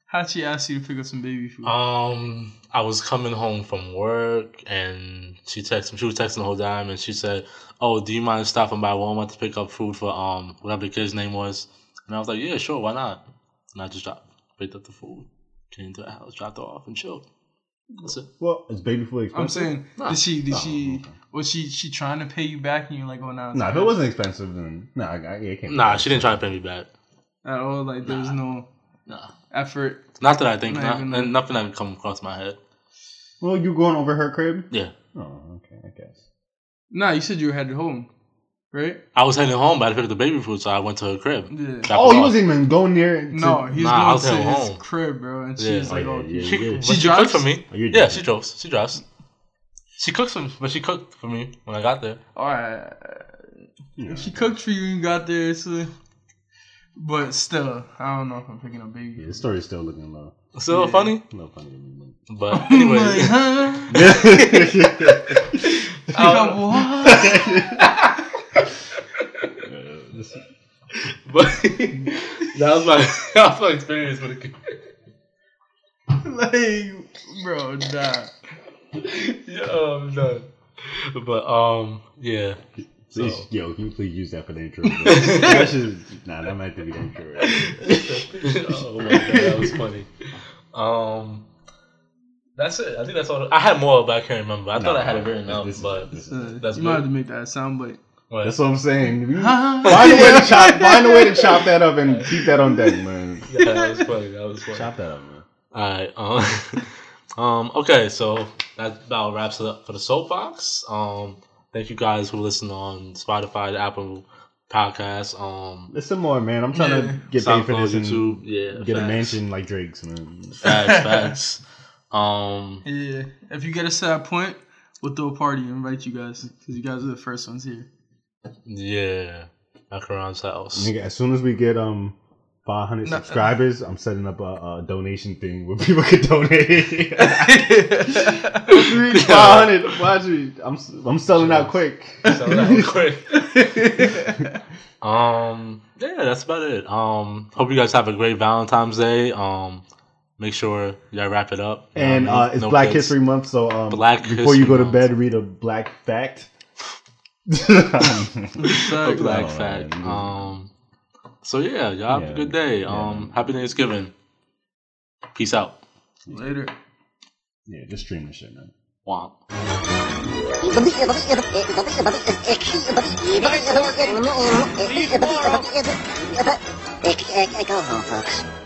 How'd she ask you to pick up some baby food?
um, I was coming home from work, and she texted. She was texting the whole time, and she said, "Oh, do you mind stopping by Walmart to pick up food for um whatever the kid's name was?" And I was like, "Yeah, sure. Why not?" And I just dropped, picked up the food, came to the house, dropped it off, and chilled. That's it.
well it's baby food expensive
I'm saying,
Nah.
did she? Did
Oh,
she?
okay.
Was she? She trying to pay you back, and you're like, oh, now it's
nah if
okay.
it wasn't expensive then nah I, I, it can't be
Nah,
expensive.
she didn't try to pay me back.
at all. Like, there's no
Nah,
effort.
not that I think.
Not
Not,
even-
and nothing that come across my head.
well you going over her crib
Yeah.
oh okay I guess.
Nah, you said you were headed home, right?
I was heading home, but I picked up the baby food, so I went to her crib.
Yeah.
Drop
Oh,
it
he
off.
wasn't even going near. To,
No, he's
Nah, I was
going to
headed
his
home.
crib, bro, and
Yeah.
she's
Oh,
like,
yeah,
oh,
yeah.
She,
you-
but
she
she,
drives?
cooked for me.
Oh, you're
yeah,
different.
she drives. She drives. She cooks for me, but she cooked for me when I got there.
all right. She cooked for you and got there, so. But still, I don't know if I'm picking up baby.
Yeah, the story's still looking low.
Still funny,
No funny to me.
but
I'm
anyway,
like, huh? Pick up what?
but that was my that was my experience with the
like, bro, nah.
kid. Yeah, I'm done. But um, yeah,
So,
So-
yo, can you please use that for the intro? bro? that should, nah, that might have to be the intro.
oh my god, that was funny. Um, that's it. I think that's all. I had more, but I can't remember. I thought I had it written out,
This is-
but
this is-
Uh,
That's
you might
good.
have to make that sound bite.
what?
that's what I'm saying. You- Find a way to chop. Find a way to chop that up and keep that on deck, man.
yeah, that was funny. That was funny.
Chop that up, man.
Alright, um, um, okay, so that about wraps it up for the soapbox. Um, thank you guys who listen on Spotify, the Apple Podcast, um,
Listen more, man. I'm trying
Yeah.
to get paid for
SoundCloud,
this and
YouTube, yeah,
get a
facts.
mansion like Drake's, man.
Facts, facts. Um,
Yeah, if you get us to that point, we'll throw a party and invite you guys because you guys are the first ones here.
Yeah, at Karan's house.
Nigga, as soon as we get um 500
No.
subscribers, I'm setting up a, a donation thing where people can donate. Once we reach 500, watch me. I'm I'm selling out quick.
So that was quick. um, yeah, that's about it. Um, hope you guys have a great Valentine's Day. Um, make sure y'all wrap it up. You know
And
what I
uh,
mean?
it's
No
Black
kids.
History Month, so um,
Black
before you go to
History
bed, read a black fact.
A Black
Oh,
fact.
man.
Um, so yeah, y'all have
Yeah,
a good day. Um, happy Thanksgiving. Peace out.
Later.
yeah, just stream this shit, man.
Womp.
Go home, folks.